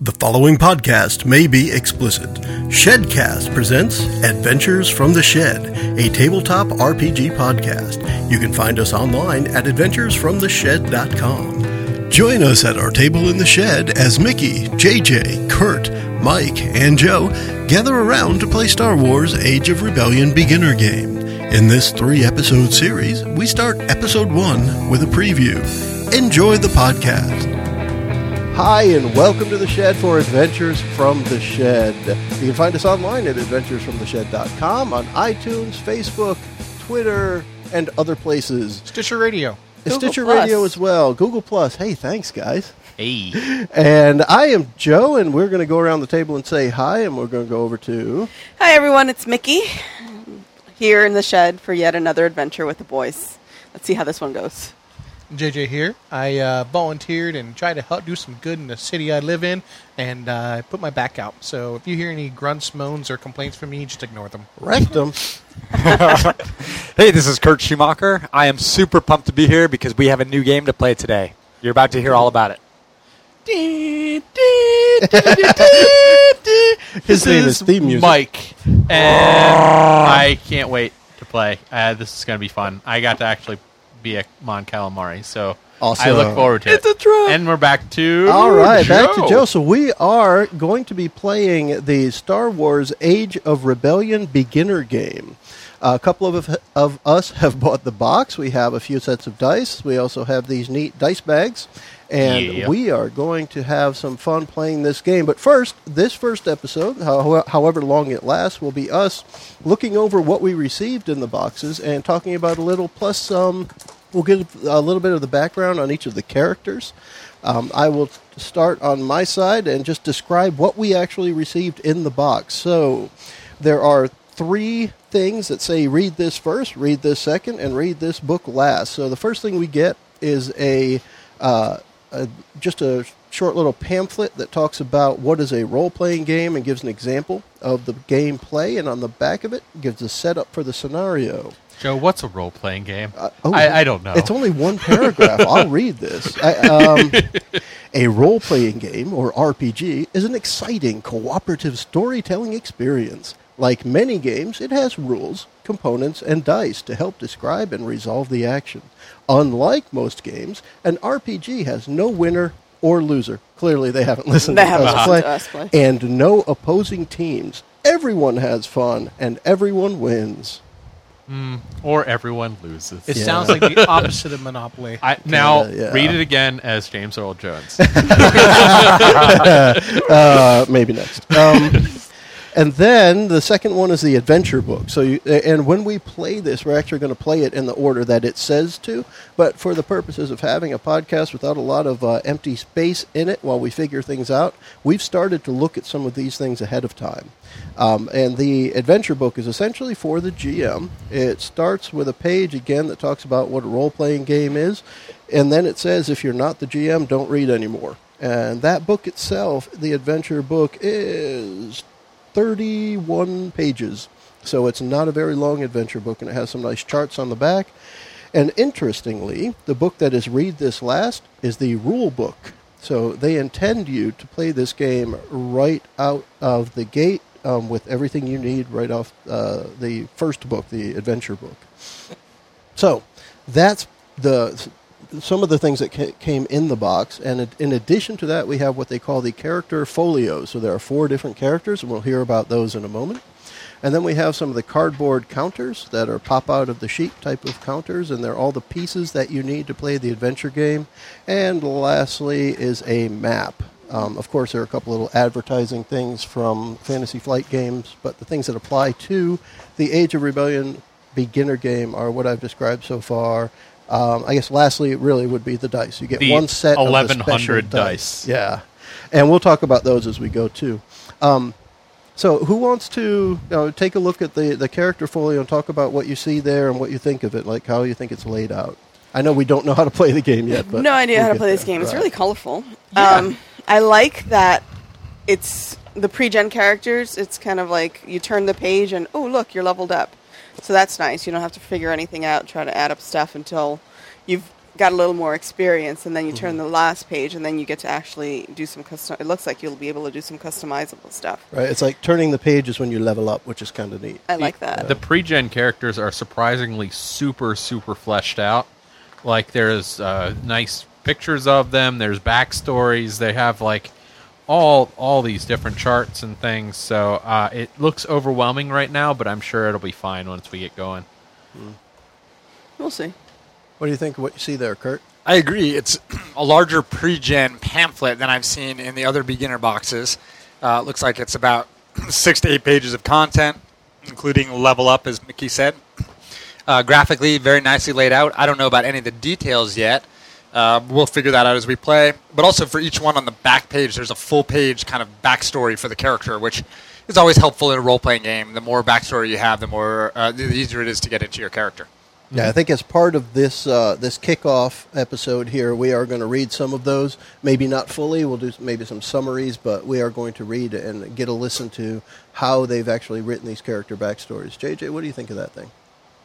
The following podcast may be explicit. Shedcast presents Adventures from the Shed, a tabletop RPG podcast. You can find us online at adventuresfromtheshed.com. Join us at our table in the shed as Mickey, JJ, Kurt, Mike, and Joe gather around to play Star Wars Age of Rebellion beginner game. In this three episode series, we start episode one with a preview. Enjoy the podcast. Hi, and welcome to the Shed for Adventures from the Shed. You can find us online at adventuresfromtheshed.com, on iTunes, Facebook, Twitter, and other places. Stitcher Radio. Google Stitcher Plus. Radio as well. Google Plus. Hey, thanks, guys. Hey. And I am Joe, and we're going to go around the table and say hi, and we're going to go over to. Hi, everyone. It's Mickey here in the shed for yet another adventure with the boys. Let's see how this one goes. JJ here. I uh, volunteered and tried to help do some good in the city I live in, and uh, I put my back out. So if you hear any grunts, moans, or complaints from me, just ignore them. Rectum. Hey, this is Kurt Schumacher. I am super pumped to be here because we have a new game to play today. You're about to hear all about it. His name is theme music. Mike, and I can't wait to play. Uh, this is going to be fun. I got to actually be a Mon Calamari, so I Also- look forward to it. It's a truck, and we're back to All right, back to Joe. So we are going to be playing the Star Wars Age of Rebellion beginner game. a couple of of us have bought the box. We have a few sets of dice. We also have these neat dice bags, and Yeah. we are going to have some fun playing this game. But first, this first episode, how, however long it lasts, will be us looking over what we received in the boxes and talking about a little plus some. We'll give a little bit of the background on each of the characters. Um, I will start on my side and just describe what we actually received in the box. So there are three things that say read this first, read this second, and read this book last. So the first thing we get is a, uh, a just a short little pamphlet that talks about what is a role playing game and gives an example of the gameplay, and on the back of it gives a setup for the scenario. Joe, what's a role playing game? Oh, I, I don't know. It's only one paragraph. I'll read this. I, um, a role playing game, or RPG, is an exciting cooperative storytelling experience. Like many games, it has rules, components, and dice to help describe and resolve the action. Unlike most games, an RPG has no winner or loser. Clearly, they haven't listened They to, haven't us, listened play, to us play. And no opposing teams. Everyone has fun, and everyone wins. or everyone loses. It Yeah. sounds like the opposite of Monopoly. I, now Kinda, yeah. read it again as James Earl Jones. uh, maybe next. Um, and then the second one is the adventure book. So, you, and when we play this, we're actually going to play it in the order that it says to. But for the purposes of having a podcast without a lot of uh, empty space in it while we figure things out, we've started to look at some of these things ahead of time. Um, and the adventure book is essentially for the GM. It starts with a page again that talks about what a role playing game is, and then it says if you're not the GM, don't read anymore. And that book itself, the adventure book, is 31 pages. So it's not a very long adventure book, and it has some nice charts on the back. And interestingly, the book that is read this last is the rule book. So they intend you to play this game right out of the gate um, with everything you need right off uh, the first book, the adventure book. So that's the some of the things that ca- came in the box. And in- in addition to that, we have what they call the character folios. So there are four different characters, and we'll hear about those in a moment. And then we have some of the cardboard counters that are pop out of the sheet type of counters, and they're all the pieces that you need to play the adventure game. And lastly is a map. Um, of course, there are a couple little advertising things from Fantasy Flight games, but the things that apply to the Age of Rebellion beginner game are what I've described so far. Um, I guess lastly, it really would be the dice. You get The one set of the special 1100 dice. dice. Yeah, and we'll talk about those as we go too. Um, so, who wants to you know, take a look at the, the character folio and talk about what you see there and what you think of it, like how you think it's laid out? I know we don't know how to play the game yet, but no idea we'll how to get play this there. game. It's Right. really colorful. Um, I like that it's the pre-gen characters. It's kind of like you turn the page and oh look, you're leveled up. So that's nice. You don't have to figure anything out, try to add up stuff until you've got a little more experience, and then you Mm-hmm. turn the last page, and then you get to actually do some custom. It looks like you'll be able to do some customizable stuff. Right? It's like turning the page is when you level up, which is kind of neat. I like that. The pre-gen characters are surprisingly super, super fleshed out. Like there's uh, nice pictures of them. There's backstories. They have like all all these different charts and things. So uh, it looks overwhelming right now, but I'm sure it'll be fine once we get going. we'll see. What do you think? of What you see there, Kurt? I agree. It's a larger pre-gen pamphlet than I've seen in the other beginner boxes. Uh, it looks like it's about six to eight pages of content, including level up, as Mickey said. Uh, graphically, very nicely laid out. I don't know about any of the details yet. Uh, we'll figure that out as we play. But also for each one on the back page, there's a full page kind of backstory for the character, which is always helpful in a role-playing game. The more backstory you have, the more uh, the easier it is to get into your character. Yeah, I think as part of this uh, this kickoff episode here, we are going to read some of those. Maybe not fully. We'll do s- maybe some summaries, but we are going to read and get a listen to how they've actually written these character backstories. JJ, what do you think of that thing?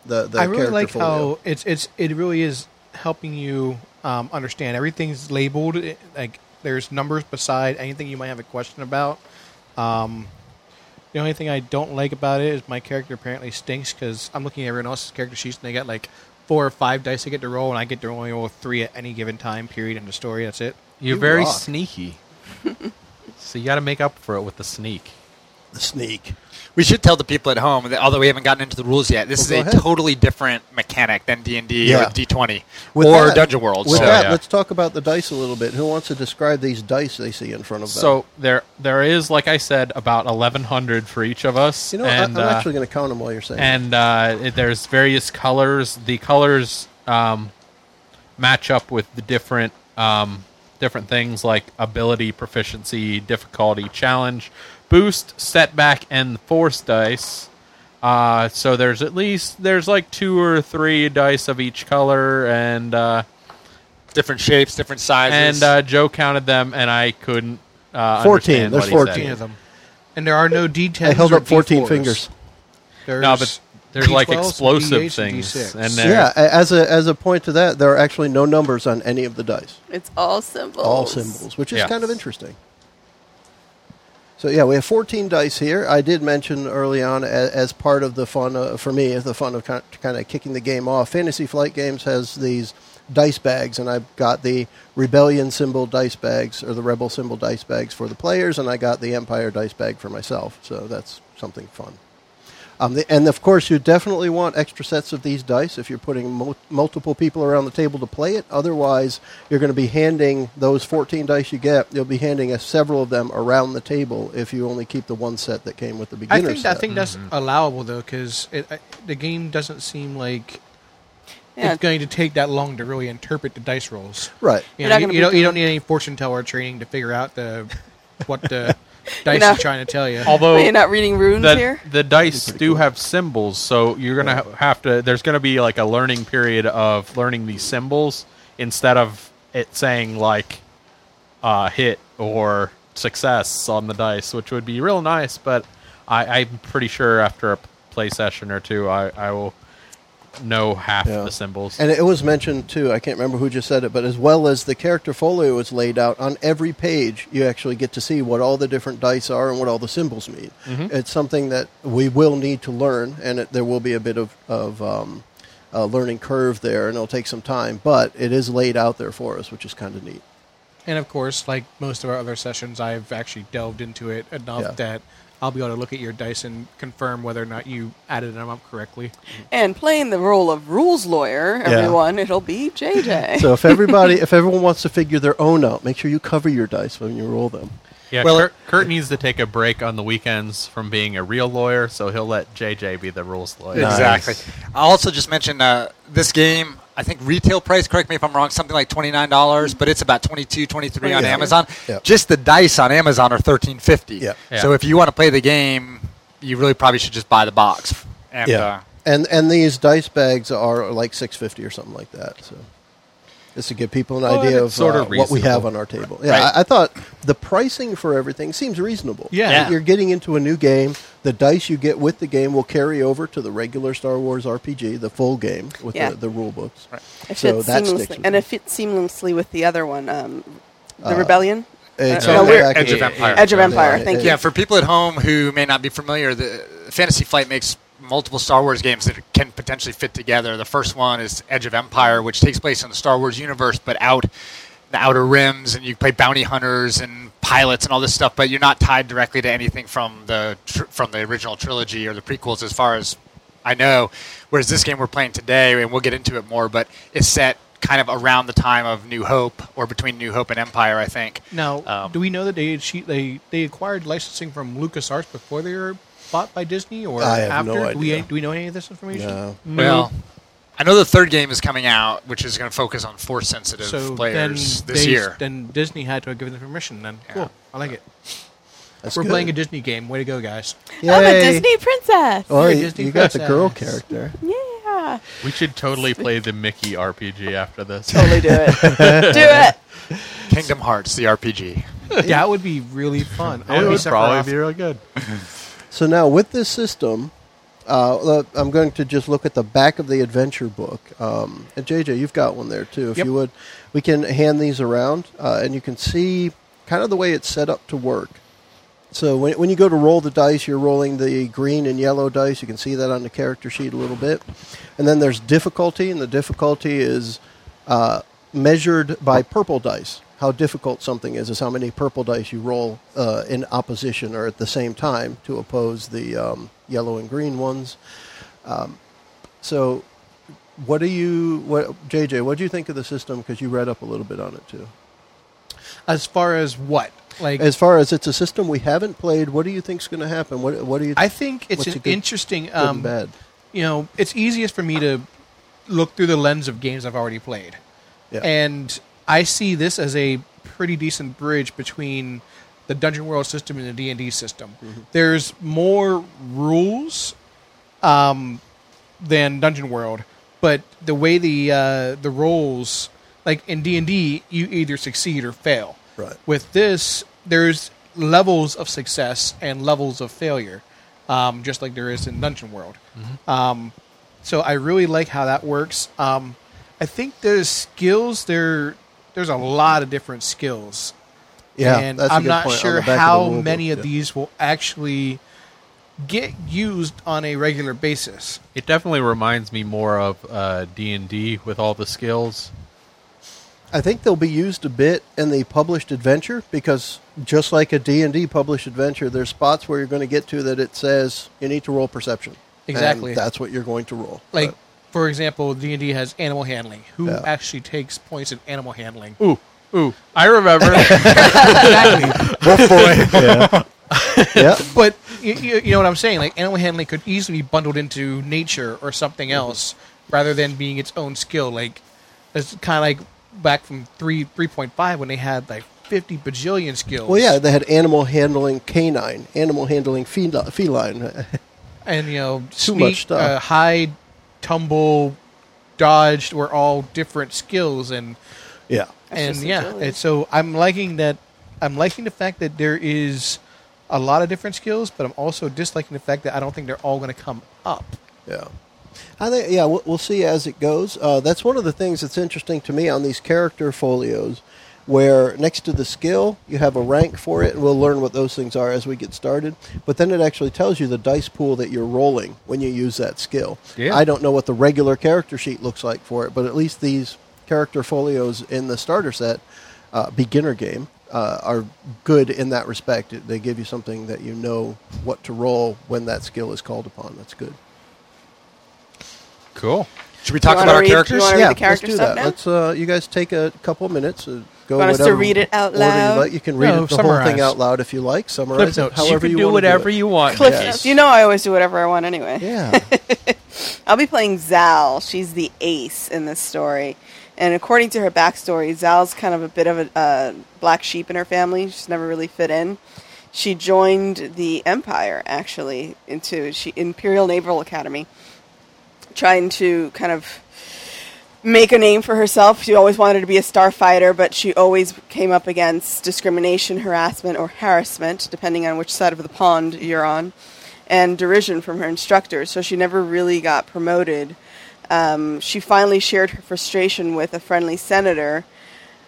The the I really character like folio. how it's it's it really is helping you um, understand everything's labeled. It- like there's numbers beside anything you might have a question about. Um, the only thing I don't like about it is my character apparently stinks because I'm looking at everyone else's character sheets and they got like four or five dice they get to roll and I get to only roll three at any given time period in the story. That's it. You're You very rock. sneaky, so you got to make up for it with the sneak. the sneak. We should tell the people at home that although we haven't gotten into the rules yet, this Well, is go a ahead. totally different mechanic than D and D Yeah. or D twenty With or that- Dungeon World. With so that, yeah. let's talk about the dice a little bit. Who wants to describe these dice they see in front of them? So there, there is, like I said, about eleven hundred for each of us. you know, and, I, I'm uh, actually going to count them while you're saying. it. and uh, it- there's various colors. The colors um, match up with the different um, different things like ability, proficiency, difficulty, challenge, boost, setback, and force dice. Uh, so there's at least there's like two or three dice of each color, and uh, different shapes, different sizes. and uh, Joe counted them, and I couldn't. Uh, 14, understand there's what he said. 14. Ten of them, and there are no details. I held or up 14 D4s. fingers. There's No, but there's like D12s, explosive D8s, and things, D6s. and there- Yeah, a- as a as a point to that, there are actually no numbers on any of the dice. It's all symbols. all symbols, which is Yeah. kind of interesting. So yeah, we have 14 dice here. I did mention early on as, as part of the fun uh, for me, as the fun of kind of, kind of kicking the game off. Fantasy Flight Games has these dice bags, and I've got the Rebellion symbol dice bags or the Rebel symbol dice bags for the players, and I got the Empire dice bag for myself. So that's something fun. Um, the, and of course, you definitely want extra sets of these dice if you're putting mul- multiple people around the table to play it. Otherwise, you're going to be handing those 14 dice you get. You'll be handing us several of them around the table if you only keep the one set that came with the I beginner think set. Mm-hmm. I think that's allowable though, because the game doesn't seem like Yeah. it's going to take that long to really interpret the dice rolls. right. You, You're know, not you, gonna you be don't you don't doing- need any fortune teller training to figure out the what the dice know. are trying to tell you. although Are you not reading runes the, here? the dice do have symbols, so you're gonna ha- have to. There's gonna be like a learning period of learning these symbols instead of it saying like uh, hit or success on the dice, which would be real nice. But I, I'm pretty sure after a play session or two, I, I will know half Yeah. the symbols. And it was mentioned too. I can't remember who just said it, but as well as the character folio is laid out on every page, you actually get to see what all the different dice are and what all the symbols mean. It's something that we will need to learn, and it, there will be a bit of of um, a learning curve there, and it'll take some time. But it is laid out there for us, which is kind of neat. and of course, like most of our other sessions, I've actually delved into it enough Yeah. that I'll be able to look at your dice and confirm whether or not you added them up correctly. And playing the role of rules lawyer, everyone, it'll be JJ. So if everybody, if everyone wants to figure their own out, make sure you cover your dice when you roll them. yeah, well, Kurt, Kurt needs to take a break on the weekends from being a real lawyer, so he'll let JJ be the rules lawyer. Exactly. I'll also just mention uh, this game. I think retail price. Correct me if I'm wrong. Something like twenty nine dollars, but it's about 22 23 on Oh, Yeah. Amazon. Yeah. Just the dice on Amazon are thirteen fifty. Yeah. So Yeah. if you want to play the game, you really probably should just buy the box. And, uh, and and these dice bags are like six fifty or something like that. So is to give people an Well, idea and of it's sort uh, of what we have reasonable. on our table. Yeah, Right. I, I thought the pricing for everything seems reasonable. Yeah. Yeah. you're getting into a new game. The dice you get with the game will carry over to the regular Star Wars RPG, the full game with Yeah. the, the rule books. Right. It So fits that sticks seamlessly, with and me. it fits seamlessly with the other one, um, the Uh, Rebellion, It's Uh, on no, the we're- back Edge of the- Empire. Edge of Yeah, Empire. yeah, Thank yeah. you. Yeah, for people at home who may not be familiar, the Fantasy Flight makes multiple Star Wars games that can potentially fit together. The first one is Edge of Empire, which takes place in the Star Wars universe, but out the outer rims, and you play bounty hunters and pilots and all this stuff. But you're not tied directly to anything from the tr- from the original trilogy or the prequels, as far as I know. Whereas this game we're playing today, and we'll get into it more, but it's set kind of around the time of New Hope or between New Hope and Empire, I think. Now, Um, do we know that they she, they they acquired licensing from LucasArts before they were bought by Disney or I have after? no Do we idea. do we know any of this information? Mm-hmm. No. Well, I know the third game is coming out, which is going to focus on force sensitive so then players this they- year. then Disney had to have given them permission. Then Yeah. cool, I like it. That's we're good. playing a Disney game. Way to go, guys! I'm a Yay. Disney princess. Oh, You're a you, Disney you got the girl princess. character. Yeah, We should totally play the Mickey RPG after this. totally do it. do it. Kingdom Hearts, the RPG. that would be really fun. I it would be would Sephiroth. probably be real good. So now with this system, uh, look, I'm going to just look at the back of the adventure book. Um, and JJ, you've got one there too, if Yep. you would. We can hand these around, uh, and you can see kind of the way it's set up to work. So when, when you go to roll the dice, you're rolling the green and yellow dice. You can see that on the character sheet a little bit. And then there's difficulty, and the difficulty is uh, measured by purple dice. How difficult something is is how many purple dice you roll uh, in opposition or at the same time to oppose the um, yellow and green ones. Um, so, what do you, what, JJ? What do you think of the system? Because you read up a little bit on it too. As far as what, like As far as it's a system we haven't played, what do you think's going to happen? What What do you? I think it's What's an a good- interesting. good and Um, bad. You know, it's easiest for me to look through the lens of games I've already played. Yeah. And I see this as a pretty decent bridge between the Dungeon World system and the D and D system. There's more rules um, than Dungeon World, but the way the uh, the roles, like in D and D, you either succeed or fail. Right. With this, there's levels of success and levels of failure, um, just like there is in Dungeon World. Mm-hmm. Um, so I really like how that works. Um, I think there's skills there. There's a lot of different skills, Yeah, and that's a I'm good not point. On sure the back of the how rule book, many of yeah. these will actually get used on a regular basis. It definitely reminds me more of uh, D and D with all the skills. I think they'll be used a bit in the published adventure because just like a D&D published adventure, there's spots where you're going to get to that it says you need to roll perception. And Exactly. that's what you're going to roll. Like, for example, D and D has animal handling. Who Yeah. actually takes points in animal handling? Ooh, ooh! I remember. exactly. yeah. But you, you, you know what I'm saying? Like animal handling could easily be bundled into nature or Mm-hmm. something else rather than being its own skill. Like it's kind of like back from three three point five when they had like fifty bajillion skills. Well, yeah, they had animal handling canine, animal handling fel- feline. and you know Too sneak, much stuff. Uh, hide, tumble, dodged were all different skills and yeah. That's and just yeah, agility. it's- so I'm liking that. I'm liking the fact that there is a lot of different skills, but I'm also disliking the fact that I don't think they're all going to come up. Yeah. I think, yeah, we'll, we'll see as it goes. Uh, that's one of the things that's interesting to me on these character folios, where next to the skill, you have a rank for it, and we'll learn what those things are as we get started. But then it actually tells you the dice pool that you're rolling when you use that skill. Yeah. I don't know what the regular character sheet looks like for it, but at least these character folios in the starter set, uh, beginner game, uh, are good in that respect. They give you something that you know what to roll when that skill is called upon. That's good. cool. Should we you talk wanna about our read- do you characters? wanna- read the character let's do that. stuff now? Let's uh, you guys take a couple minutes. Uh, go Want us to whatever read it out order you loud? like. You can read No, it, the summarize. whole thing out loud if you like. Summarize it you however can you, do want whatever to do you want. Cliff Yes. notes. You know I always do whatever I want anyway. it. Yeah, I'll be playing Zal. She's the ace in this story. And according to her backstory, Zal's kind of a bit of a uh, black sheep in her family. She's never really fit in. She joined the Empire, actually, into she, Imperial Naval Academy, trying to kind of make a name for herself. She always wanted to be a starfighter, but she always came up against discrimination, harassment, or harassment, depending on which side of the pond you're on, and derision from her instructors. So she never really got promoted. Um, she finally shared her frustration with a friendly senator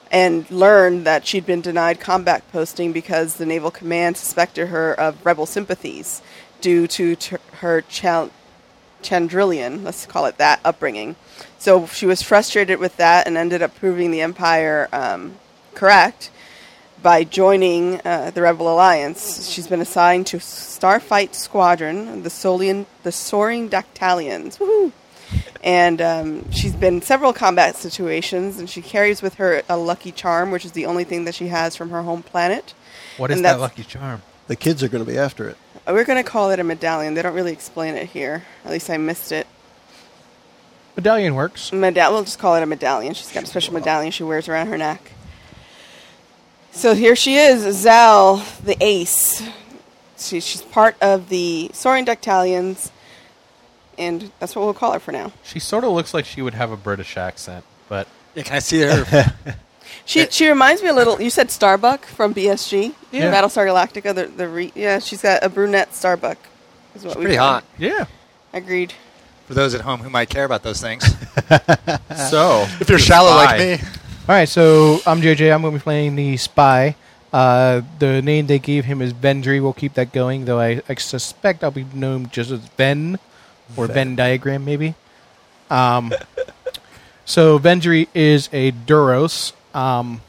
and learned that she'd been denied combat posting because the Naval Command suspected her of rebel sympathies due to t- her chal- Chandrillian, let's call it that, upbringing. So she was frustrated with that and ended up proving the Empire um, correct by joining uh, the Rebel Alliance. She's been assigned to Starfight Squadron, the, Solian, the Soaring Dactylians. Woohoo! And um, she's been in several combat situations, and she carries with her a lucky charm, which is the only thing that she has from her home planet. What And is that's- that lucky charm? The kids are going to be after it. We're going to call it a medallion. They don't really explain it here. At least I missed it. Medallion works. Meda- we'll just call it a medallion. She's got a special medallion she wears around her neck. So here she is, Zal, the ace. She, she's part of the Soaring Dactylians, and that's what we'll call her for now. She sort of looks like she would have a British accent, but Yeah, can I see her? She she reminds me a little. You said Starbuck from BSG, yeah. Battlestar Galactica. The the re, yeah, she's got a brunette Starbuck. Is what She's we pretty call hot yeah. her. Agreed. for those at home who might care about those things. So If you're shallow like Spy. me, All right, so I'm JJ. I'm going to be playing the spy. Uh, the name they gave him is Vendry. We'll keep that going, though I, I suspect I'll be known just as Ven or Venn diagram, maybe. Um, so Vendry is a Duros. Um,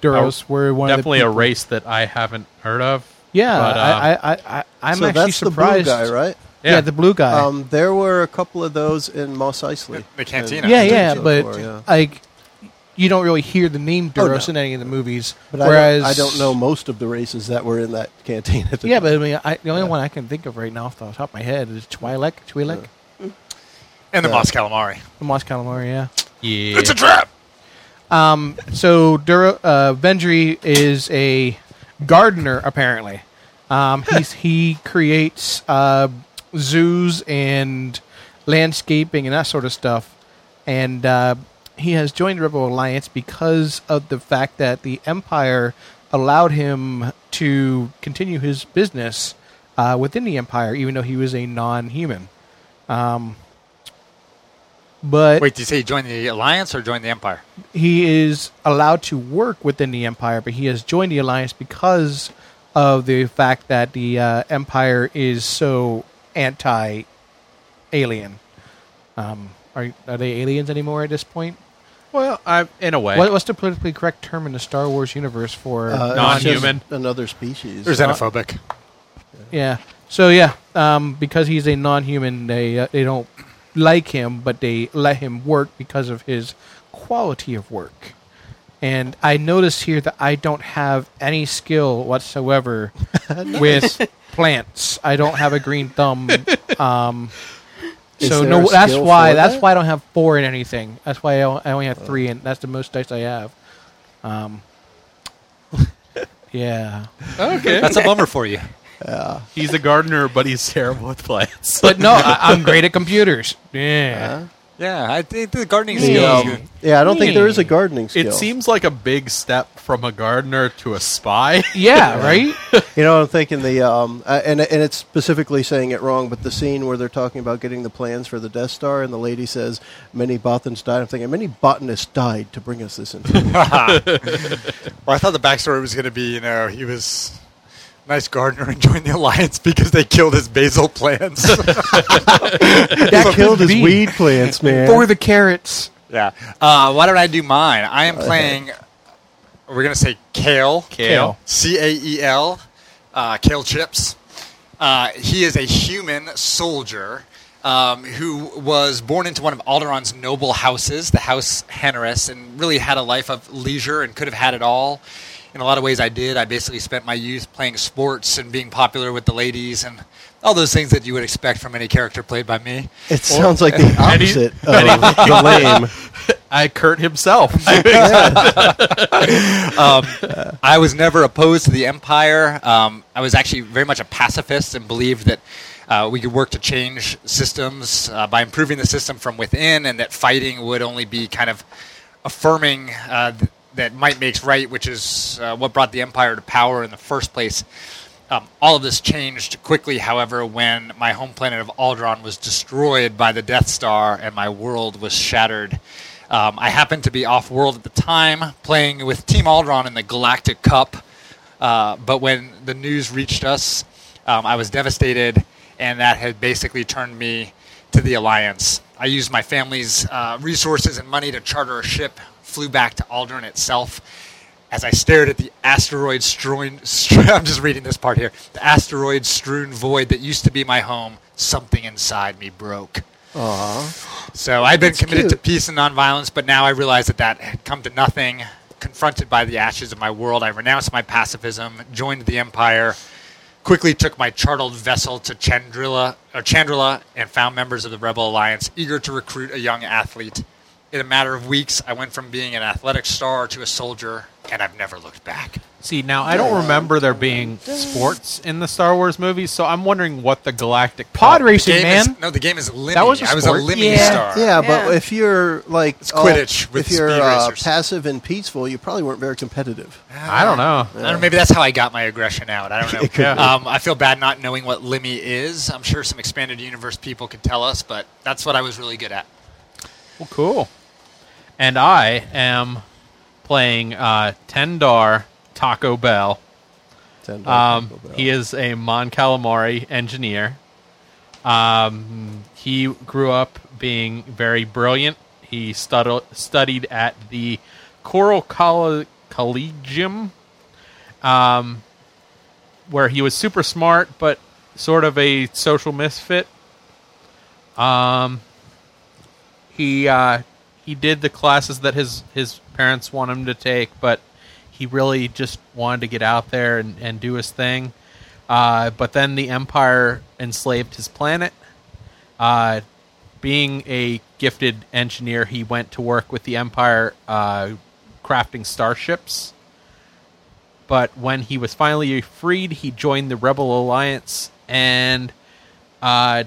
Duros were one definitely of a the peop- race that I haven't heard of. Yeah, but, uh, I, I, I, I, I'm so actually that's surprised. the blue guy, right? Yeah. the blue guy. Um, there were a couple of those in Moss Isley. The Cantina. yeah, And- yeah, and but before, yeah. like you don't really hear the name Oh, no. Duros in any of the movies. But whereas I, don't, I don't know most of the races that were in that canteen. At the Yeah, time. but I mean, I, the only one I can think of right now off the top of my head is Twi'lek, Twi'lek, and the Yeah. Mos Calamari. the Moss Calamari, yeah. yeah. It's a trap. Um, so Duro, uh, Vendry is a gardener, apparently. Um, he's, he creates uh, zoos and landscaping and that sort of stuff. And uh, he has joined the Rebel Alliance because of the fact that the Empire allowed him to continue his business uh, within the Empire, even though he was a non human. Um, but Wait, did you say you joined the Alliance or joined the Empire? he is allowed to work within the empire, but he has joined the alliance because of the fact that the uh, empire is so anti-alien. Um, are are they aliens anymore at this point? well, I, in a way, What, what's the politically correct term in the Star Wars universe for? Uh, it's just Non-human. Another species. Or xenophobic? yeah. So yeah, um, because he's a non-human, they uh, they don't like him, but they let him work because of his quality of work. And I notice here that I don't have any skill whatsoever with plants. I don't have a green thumb. Um, Is so there no, a that's skill why for that's that? Oh. why I don't have four in anything. That's why I on- I only have three, and that's the most dice I have. Um, yeah. okay. That's a bummer for you. he's a gardener, but he's terrible with plants. But no, I, I'm great at computers. Yeah. Yeah, I think the gardening Yeah. skills. Yeah. um, yeah, I don't think there is a gardening skill. it seems like a big step from a gardener to a spy. Yeah, right? You know, I'm thinking the um, uh, and and it's specifically saying it wrong, but the scene where they're talking about getting the plans for the Death Star, and the lady says, "Many botanists died." I'm thinking, many botanists died to bring us this information. Well, I thought the backstory was going to be, you know, he was a nice gardener and joined the Alliance because they killed his basil plants. that killed his be. weed plants, man. For the carrots. yeah. Uh, why don't I do mine? I am playing, we're going to say kale. Kale. C A E L, uh, Kale Chips. Uh, he is a human soldier um, who was born into one of Alderon's noble houses, the House Heneris, and really had a life of leisure and could have had it all. In a lot of ways, I did. I basically spent my youth playing sports and being popular with the ladies and all those things that you would expect from any character played by me. it sounds like the Any- opposite of the lame. I Kurt himself. um, I was never opposed to the empire. Um, I was actually very much a pacifist and believed that Uh, we could work to change systems uh, by improving the system from within, and that fighting would only be kind of affirming uh, th- that might makes right, which is uh, what brought the empire to power in the first place. Um, all of this changed quickly, however, when my home planet of Alderaan was destroyed by the Death Star and my world was shattered. Um, I happened to be off world at the time, playing with Team Alderaan in the Galactic Cup. Uh, but when the news reached us, um, I was devastated, and that had basically turned me to the Alliance. I used my family's uh, resources and money to charter a ship, flew back to Aldrin itself. As I stared at the asteroid strewn, I'm just reading this part here. The asteroid strewn void that used to be my home, something inside me broke. So I'd been committed cute. to peace and nonviolence, but now I realize that that had come to nothing. Confronted by the ashes of my world, I renounced my pacifism, joined the empire, quickly took my chartered vessel to Chandrila, or Chandrila and found members of the Rebel Alliance eager to recruit a young athlete. In a matter of weeks, I went from being an athletic star to a soldier, and I've never looked back. See, now I don't remember there being sports in the Star Wars movies, so I'm wondering what the Galactic Pod Cup- racing, Game man. is- no, the game is Limmy. That was a I was a sport. Limmy Yeah. star. Yeah, but Yeah. if you're like It's Quidditch with if you're speed uh, racers. passive and peaceful, you probably weren't very competitive. I don't know. I don't know, maybe that's how I got my aggression out. I don't know. could be. um, I feel bad not knowing what Limmy is. I'm sure some expanded universe people could tell us, but that's what I was really good at. Well, cool. And I am playing uh, Tendar Taco Bell. Nintendo, Um, Taco Bell. he is a Mon Calamari engineer. Um, he grew up being very brilliant. He stud- studied at the Coral Coll- Collegium, um, where he was super smart, but sort of a social misfit. Um, he uh, he did the classes that his his parents want him to take, but he really just wanted to get out there and, and do his thing. Uh, but then the Empire enslaved his planet. Uh, being a gifted engineer, he went to work with the Empire uh, crafting starships. But when he was finally freed, he joined the Rebel Alliance and uh,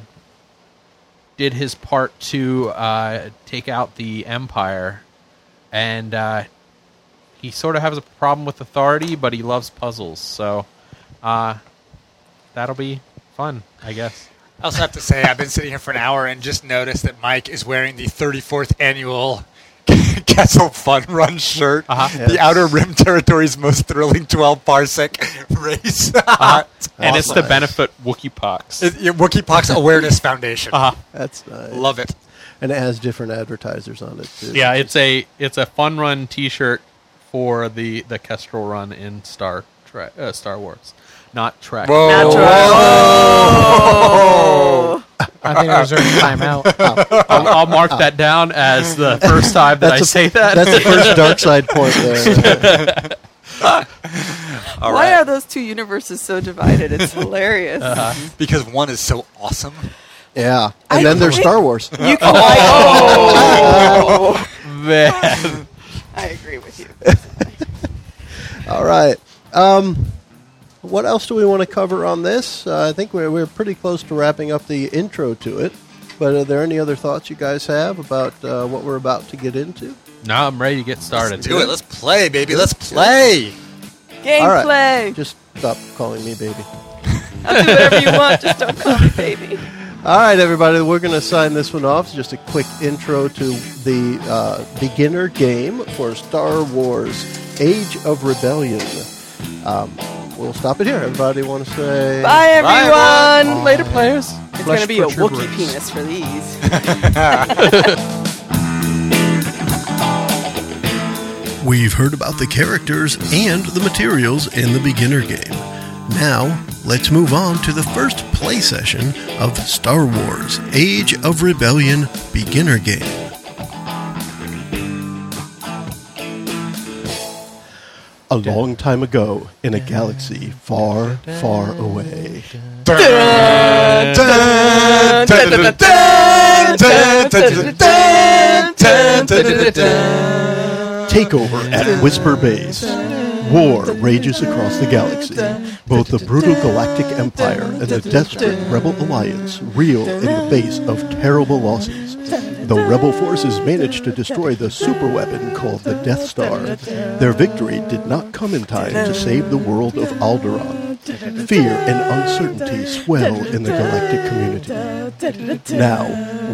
did his part to uh, take out the Empire. And uh, he sort of has a problem with authority, but he loves puzzles. So uh, that'll be fun, I guess. I also have to say, I've been sitting here for an hour and just noticed that Mike is wearing the 34th annual Castle Fun Run shirt, Uh-huh. the Outer Rim Territory's most thrilling 12 parsec race. And it's to Awesome. benefit Wookiee Pox. It's your Wookiee Pox Awareness Foundation. Uh, That's nice. Love it. and it has different advertisers on it too. yeah, it's a it's a fun run T-shirt for the the Kestrel run in Star Trek, uh, Star Wars, not Trek. Natural. I think I deserve a timeout. I'll, I'll mark that down as the first time that I That's a- say that. That's the first dark side point there. All Why right. are those two universes so divided? It's hilarious. because one is so awesome. Yeah, and I then there's think- Star Wars. You can like, oh, Man. I agree with you. All right. Um, what else do we want to cover on this? Uh, I think we're, we're pretty close to wrapping up the intro to it. But are there any other thoughts you guys have about uh, what we're about to get into? No, I'm ready to get started. Do it. Let's play, baby. Let's play. All Gameplay. right. Just stop calling me baby. I'll do whatever you want. Just don't call me baby. All right, everybody, we're going to sign this one off. It's just a quick intro to the uh, beginner game for Star Wars Age of Rebellion. Um, we'll stop it here. Everybody want to say Bye, Bye, everyone. Later, players. It's Flesh going to be a protuberance. Wookiee penis for these. We've heard about the characters and the materials in the beginner game. Now, let's move on to the first play session of Star Wars Age of Rebellion beginner game. A long time ago, in a galaxy far, far away. Takeover at Whisper Base. War rages across the galaxy, Both the brutal Galactic Empire and the desperate Rebel Alliance reel in the face of terrible losses. The Rebel forces managed to destroy the superweapon called the Death Star. Their victory did not come in time to save the world of Alderaan. Fear and uncertainty swell in the galactic community. Now,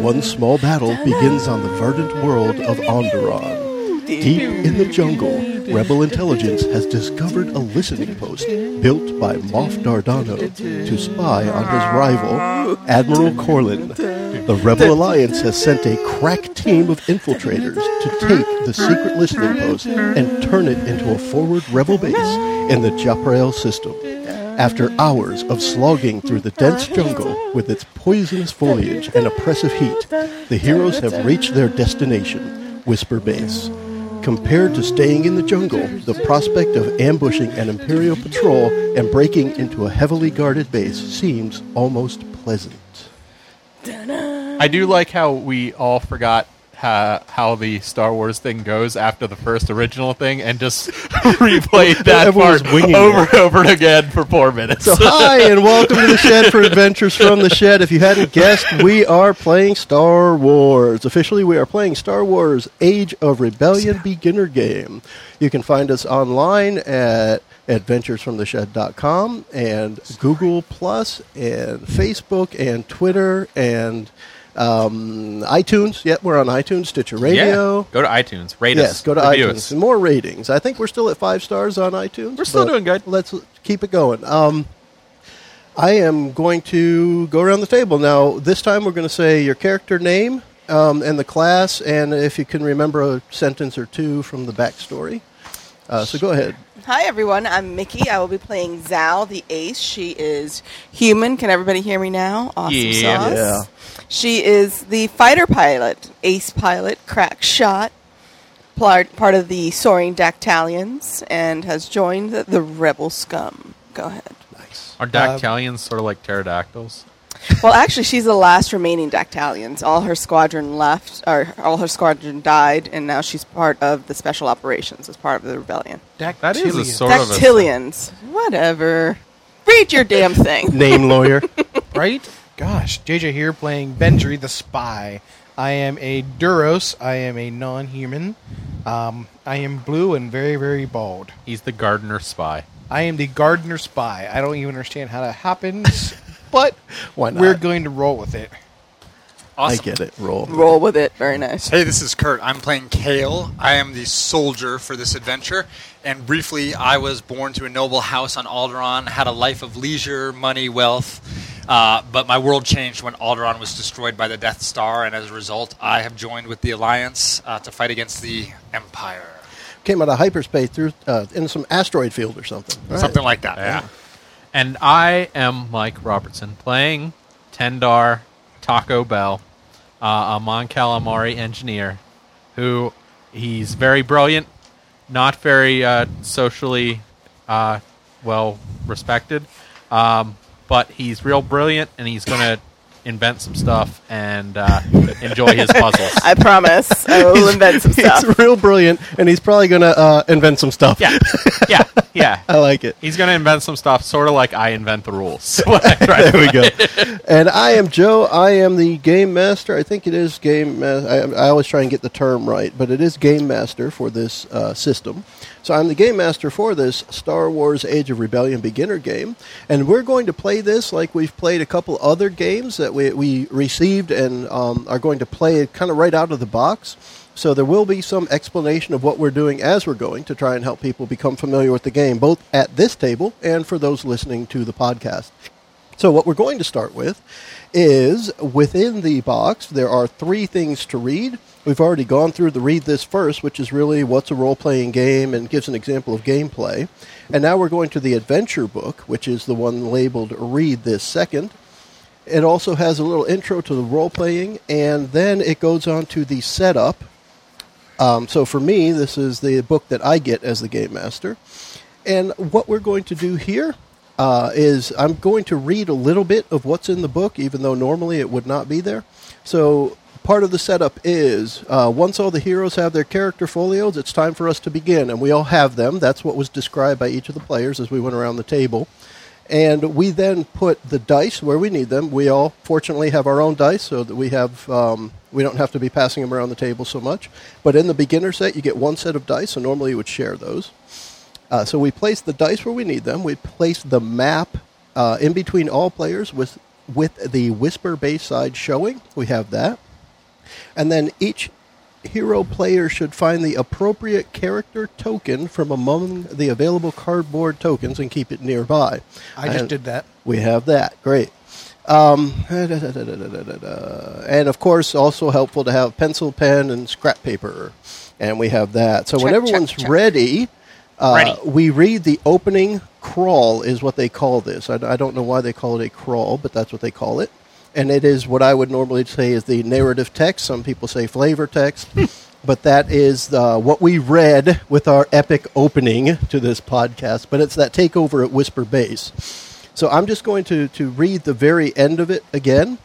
one small battle begins on the verdant world of Alderaan. Deep in the jungle, rebel intelligence has discovered a listening post built by Moff Dardano to spy on his rival, Admiral Corlin. The Rebel Alliance has sent a crack team of infiltrators to take the secret listening post and turn it into a forward rebel base in the Japrael system. After hours of slogging through the dense jungle with its poisonous foliage and oppressive heat, the heroes have reached their destination, Whisper Base. Compared to staying in the jungle, the prospect of ambushing an Imperial patrol and breaking into a heavily guarded base seems almost pleasant. I do like how we all forgot how, how the Star Wars thing goes after the first original thing and just replayed that Everyone's part winging over and over again for four minutes. So, hi, and welcome to the Shed for Adventures from the Shed. If you hadn't guessed, we are playing Star Wars. Officially, we are playing Star Wars Age of Rebellion Beginner Game. You can find us online at adventuresfromtheshed.com and Google Plus and Facebook and Twitter and um, iTunes. Yep, we're on iTunes, Stitcher Radio. Yeah. Go to iTunes. Rate Yes, us. go to review iTunes. us. And More ratings. I think we're still at five stars on iTunes. We're still but doing good. Let's keep it going. Um, I am going to go around the table now. This time, we're going to say your character name um, and the class, and if you can remember a sentence or two from the backstory. Uh, so go ahead. Hi everyone, I'm Mickey. I will be playing Zal the Ace. She is human. Can everybody hear me now? Awesome Yeah. sauce. Yeah. She is the fighter pilot, ace pilot, crack shot, part, part of the Soaring Dactylians, and has joined the, the Rebel Scum. Go ahead. Nice. Are dactylians sort of like pterodactyls? Well, actually, she's the last remaining Dactylians. All her squadron left, or all her squadron died, and now she's part of the special operations as part of the rebellion. That is a sort of a Dactylians. Whatever. Read your damn thing. Name lawyer. right? Gosh, JJ here playing Benji the spy. I am a Duros. I am a non-human. Um, I am blue and very, very bald. He's the gardener spy. I am the gardener spy. I don't even understand how that happens, but Why not? we're going to roll with it. I Awesome. get it. Roll. Roll with it. Very nice. Hey, this is Kurt. I'm playing Kale. I am the soldier for this adventure. And briefly, I was born to a noble house on Alderaan, had a life of leisure, money, wealth. Uh, but my world changed when Alderaan was destroyed by the Death Star, and as a result, I have joined with the Alliance uh, to fight against the Empire. Came out of hyperspace through uh, in some asteroid field or something. All right. Something like that. And I am Mike Robertson playing Tendar Taco Bell, uh, a Mon Calamari engineer who he's very brilliant, not very uh, socially uh, well respected, um, but he's real brilliant and he's going to invent some stuff and uh, enjoy his puzzles. I promise. I will invent some stuff. He's real brilliant, and he's probably going to uh, invent some stuff. yeah, yeah, yeah. I like it. He's going to invent some stuff, sort of like I invent the rules. when I try to there we go. And I am Joe. I am the game master. I think it is game. Ma- I, I always try and get the term right, but it is game master for this uh, system. So I'm the game master for this Star Wars Age of Rebellion beginner game, and we're going to play this like we've played a couple other games that we we received and um, are going to play kind of right out of the box. So there will be some explanation of what we're doing as we're going to try and help people become familiar with the game, both at this table and for those listening to the podcast. So, what we're going to start with is within the box, there are three things to read. We've already gone through the read this first, which is really what's a role playing game and gives an example of gameplay. And now we're going to the adventure book, which is the one labeled read this second. It also has a little intro to the role playing, and then it goes on to the setup. Um, so, for me, this is the book that I get as the game master. And what we're going to do here uh, is I'm going to read a little bit of what's in the book, even though normally it would not be there. So, part of the setup is uh, once all the heroes have their character folios, it's time for us to begin. And we all have them. That's what was described by each of the players as we went around the table. And we then put the dice where we need them. We all fortunately have our own dice, so that we have um, we don't have to be passing them around the table so much. But in the beginner set, you get one set of dice, and normally you would share those. Uh, so we place the dice where we need them. We place the map uh, in between all players with with the whisper base side showing. We have that, and then each hero player should find the appropriate character token from among the available cardboard tokens and keep it nearby. I just And did that. We have that. Great. Um, and of course, also helpful to have pencil, pen, and scrap paper. And we have that. So when Check, check, everyone's check. ready, uh, Ready. we read the opening crawl, is what they call this. I, I don't know why they call it a crawl, but that's what they call it. And it is what I would normally say is the narrative text. Some people say flavor text. But that is uh, what we read with our epic opening to this podcast. But it's that takeover at Whisper Base. So I'm just going to, to read the very end of it again.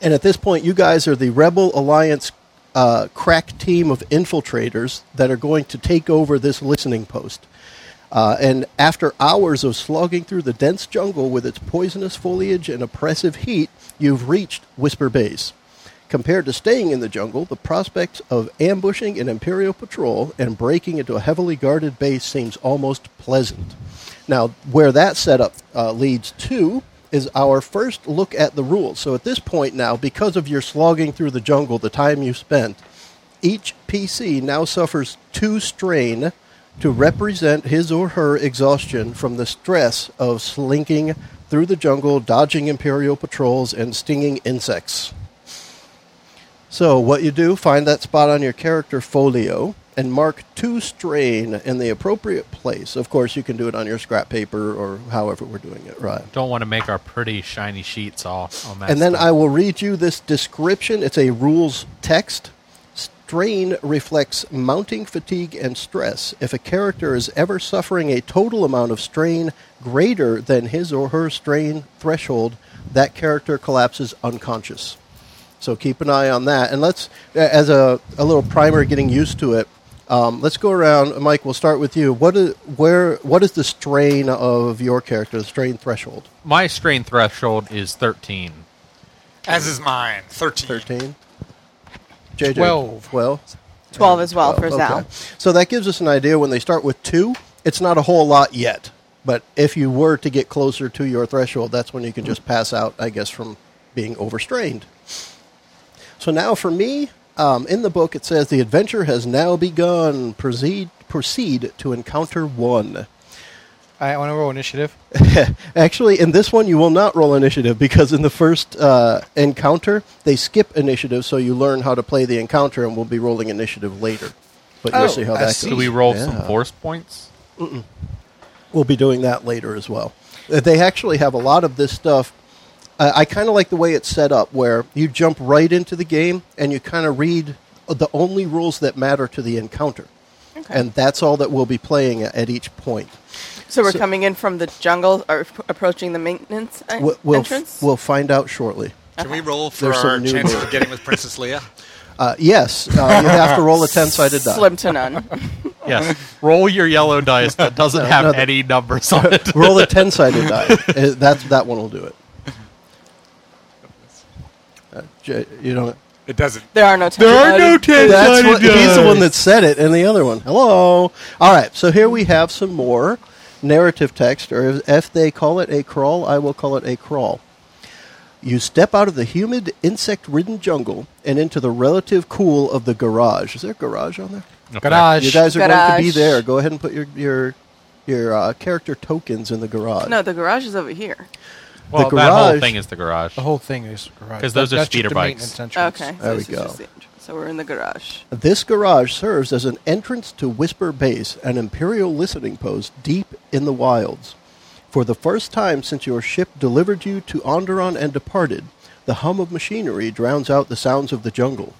And at this point, you guys are the Rebel Alliance uh, crack team of infiltrators that are going to take over this listening post. Uh, and after hours of slogging through the dense jungle with its poisonous foliage and oppressive heat, you've reached Whisper Base. Compared to staying in the jungle, the prospect of ambushing an Imperial patrol and breaking into a heavily guarded base seems almost pleasant. Now, where that setup uh, leads to is our first look at the rules. So at this point now, because of your slogging through the jungle, the time you spent, each PC now suffers two strain to represent his or her exhaustion from the stress of slinking through the jungle, dodging Imperial patrols, and stinging insects. So, what you do, find that spot on your character folio and mark two strain in the appropriate place. Of course, you can do it on your scrap paper or however we're doing it, right? Don't want to make our pretty shiny sheets all. all messed And then up. I will read you this description. It's a rules text. Strain reflects mounting fatigue and stress. If a character is ever suffering a total amount of strain greater than his or her strain threshold, that character collapses unconscious. So keep an eye on that. And let's, as a, a little primer getting used to it, um, let's go around. Mike, we'll start with you. What is, where, what is the strain of your character, the strain threshold? my strain threshold is 13. As is mine. 13. 13. JJ. Twelve. 12. 12 as well for Okay. Zal. So that gives us an idea when they start with two, it's not a whole lot yet. But if you were to get closer to your threshold, that's when you can just pass out, I guess, from being overstrained. So now for me, um, in the book it says the adventure has now begun. Proceed, proceed to encounter one. I want to roll initiative. Actually, in this one, you will not roll initiative because in the first uh, encounter, they skip initiative, so you learn how to play the encounter, and we'll be rolling initiative later. But Oh, you'll see how I that see. Do goes. we roll Yeah. some force points? We'll be doing that later as well. Uh, They actually have a lot of this stuff. Uh, I kind of like the way it's set up, where you jump right into the game and you kind of read the only rules that matter to the encounter, and that's all that we'll be playing at, at each point. So we're So- coming in from the jungle or f- approaching the maintenance en- We'll we'll, entrance? we'll find out shortly. Can we roll for There's some our new chances rules. of getting with Princess Leia? Uh, yes, uh, you have to roll a ten-sided die. Slim to none. Yes. roll your yellow dice that doesn't have no, the- any numbers on it. Roll a ten-sided die. Uh, That's that one will do it. Uh, J- you don't. It doesn't. There are no ten. That's what, he's the one that said it, and the other one. Hello. All right. So here we have some more narrative text, or if they call it a crawl, I will call it a crawl. You step out of the humid, insect-ridden jungle and into the relative cool of the garage. Is there a garage on there? Garage. You guys are going to be Garage. there. Go ahead and put your your your uh, character tokens in the garage. No, the garage is over here. Well, the that whole garage- thing is the garage. The whole thing is garage. 'Cause those That- are that's just speeder the bikes. maintenance entrance. Okay. There so we this is go. just the entrance. So we're in the garage. This garage serves as an entrance to Whisper Base, an Imperial listening post deep in the wilds. For the first time since your ship delivered you to Onderon and departed, the hum of machinery drowns out the sounds of the jungle.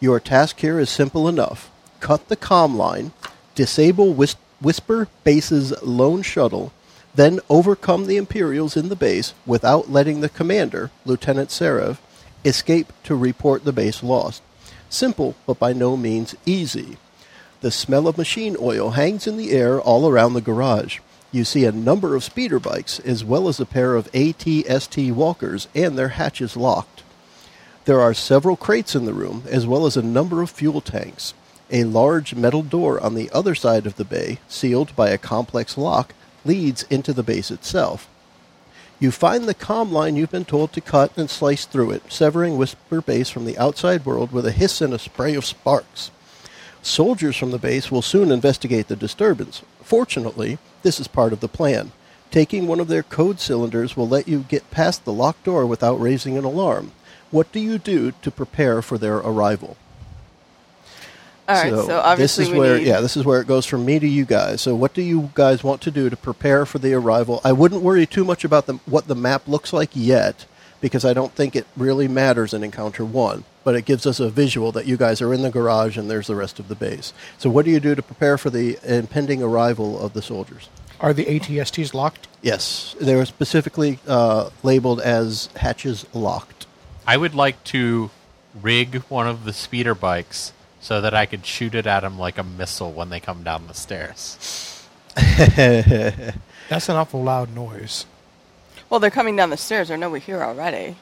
Your task here is simple enough cut the comm line, disable Whis- Whisper Base's lone shuttle, then overcome the Imperials in the base without letting the commander, Lieutenant Serev, escape to report the base lost. Simple, but by no means easy. The smell of machine oil hangs in the air all around the garage. You see a number of speeder bikes, as well as a pair of ATST walkers, and their hatches locked. There are several crates in the room, as well as a number of fuel tanks. A large metal door on the other side of the bay, sealed by a complex lock, leads into the base itself. You find the comm line you've been told to cut and slice through it, severing Whisper Base from the outside world with a hiss and a spray of sparks. Soldiers from the base will soon investigate the disturbance. Fortunately, this is part of the plan. Taking one of their code cylinders will let you get past the locked door without raising an alarm. What do you do to prepare for their arrival? All right, so, obviously this is we where need. yeah, this is where it goes from me to you guys. So what do you guys want to do to prepare for the arrival? I wouldn't worry too much about the, what the map looks like yet because I don't think it really matters in encounter 1, but it gives us a visual that you guys are in the garage and there's the rest of the base. So what do you do to prepare for the impending arrival of the soldiers? Are the ATSTs locked? Yes, they were specifically uh, labeled as hatches locked. I would like to rig one of the speeder bikes so that I could shoot it at them like a missile when they come down the stairs. That's an awful loud noise. Well, they're coming down the stairs. Or no, we're here already.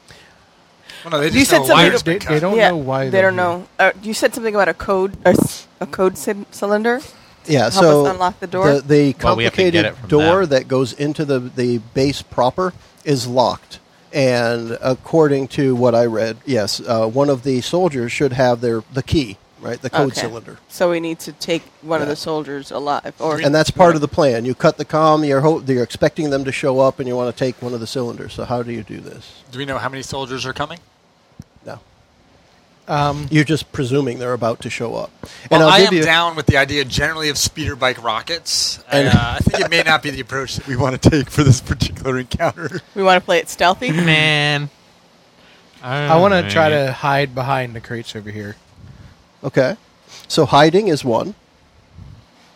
Well, no, they You just said know something- wires They, been they cut. don't yeah, know why they they're don't here. know. Uh, you said something about a code, a, s- a code cy- cylinder. Yeah, Help so us unlock the The, door? the Well, we have to get complicated it from door them. that goes into the, the base proper is locked. And according to what I read, yes, uh, one of the soldiers should have their the key, right? The code Okay. cylinder. So we need to take one of Yeah. the soldiers alive, or And that's part of the plan. You cut the comm, you're, ho- you're expecting them to show up, and you want to take one of the cylinders. So, how do you do this? Do we know how many soldiers are coming? No. Um, You're just presuming they're about to show up. Well, I am down with the idea generally of speeder bike rockets. I, And- uh, I think it may not be the approach that we want to take for this particular encounter. we want to play it stealthy. Hmm. Man. I want to try to hide behind the crates over here. Okay. So, hiding is one.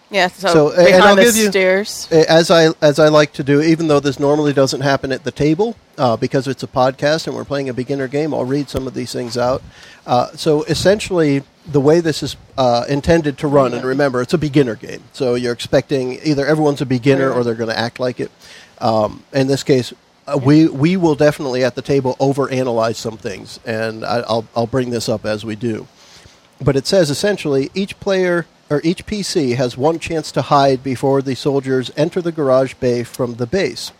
Yeah. So, So, and I'll behind the give you- stairs. as I as I like to do, even though this normally doesn't happen at the table uh, because it's a podcast and we're playing a beginner game, I'll read some of these things out. Uh, so essentially, the way this is uh, intended to run, and remember, it's a beginner game, so you're expecting either everyone's a beginner or they're going to act like it. Um, in this case. Uh, we we will definitely at the table overanalyze some things, and I, I'll I'll bring this up as we do but it says essentially each player or each PC has one chance to hide before the soldiers enter the garage bay from the base.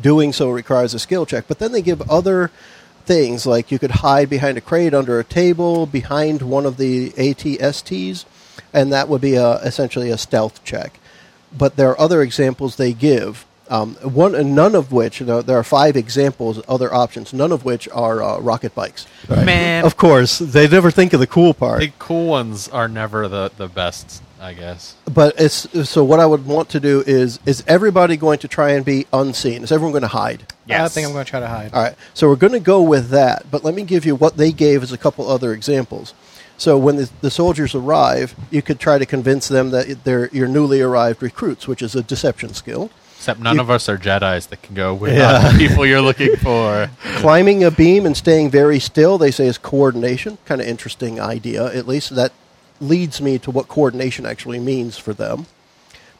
Doing so requires a skill check, but then they give other things like you could hide behind a crate, under a table, behind one of the ATSTs, and that would be a, essentially a stealth check. But there are other examples they give. Um, one and none of which you know, there are five examples, other options, none of which are uh, rocket bikes. Man. Of course, they never think of the cool part. The cool ones are never the, the best, I guess. But it's so. What I would want to do is is everybody going to try and be unseen? Is everyone going to hide? I think I'm going to try to hide. All right. So we're going to go with that. But let me give you what they gave as a couple other examples. So when the, the soldiers arrive, you could try to convince them that it- they're your newly arrived recruits, which is a deception skill. Except none You- of us are Jedi's that can go, we're not the people you're looking for. Climbing a beam and staying very still, they say, is coordination. Kind of interesting idea, at least. That leads me to what coordination actually means for them.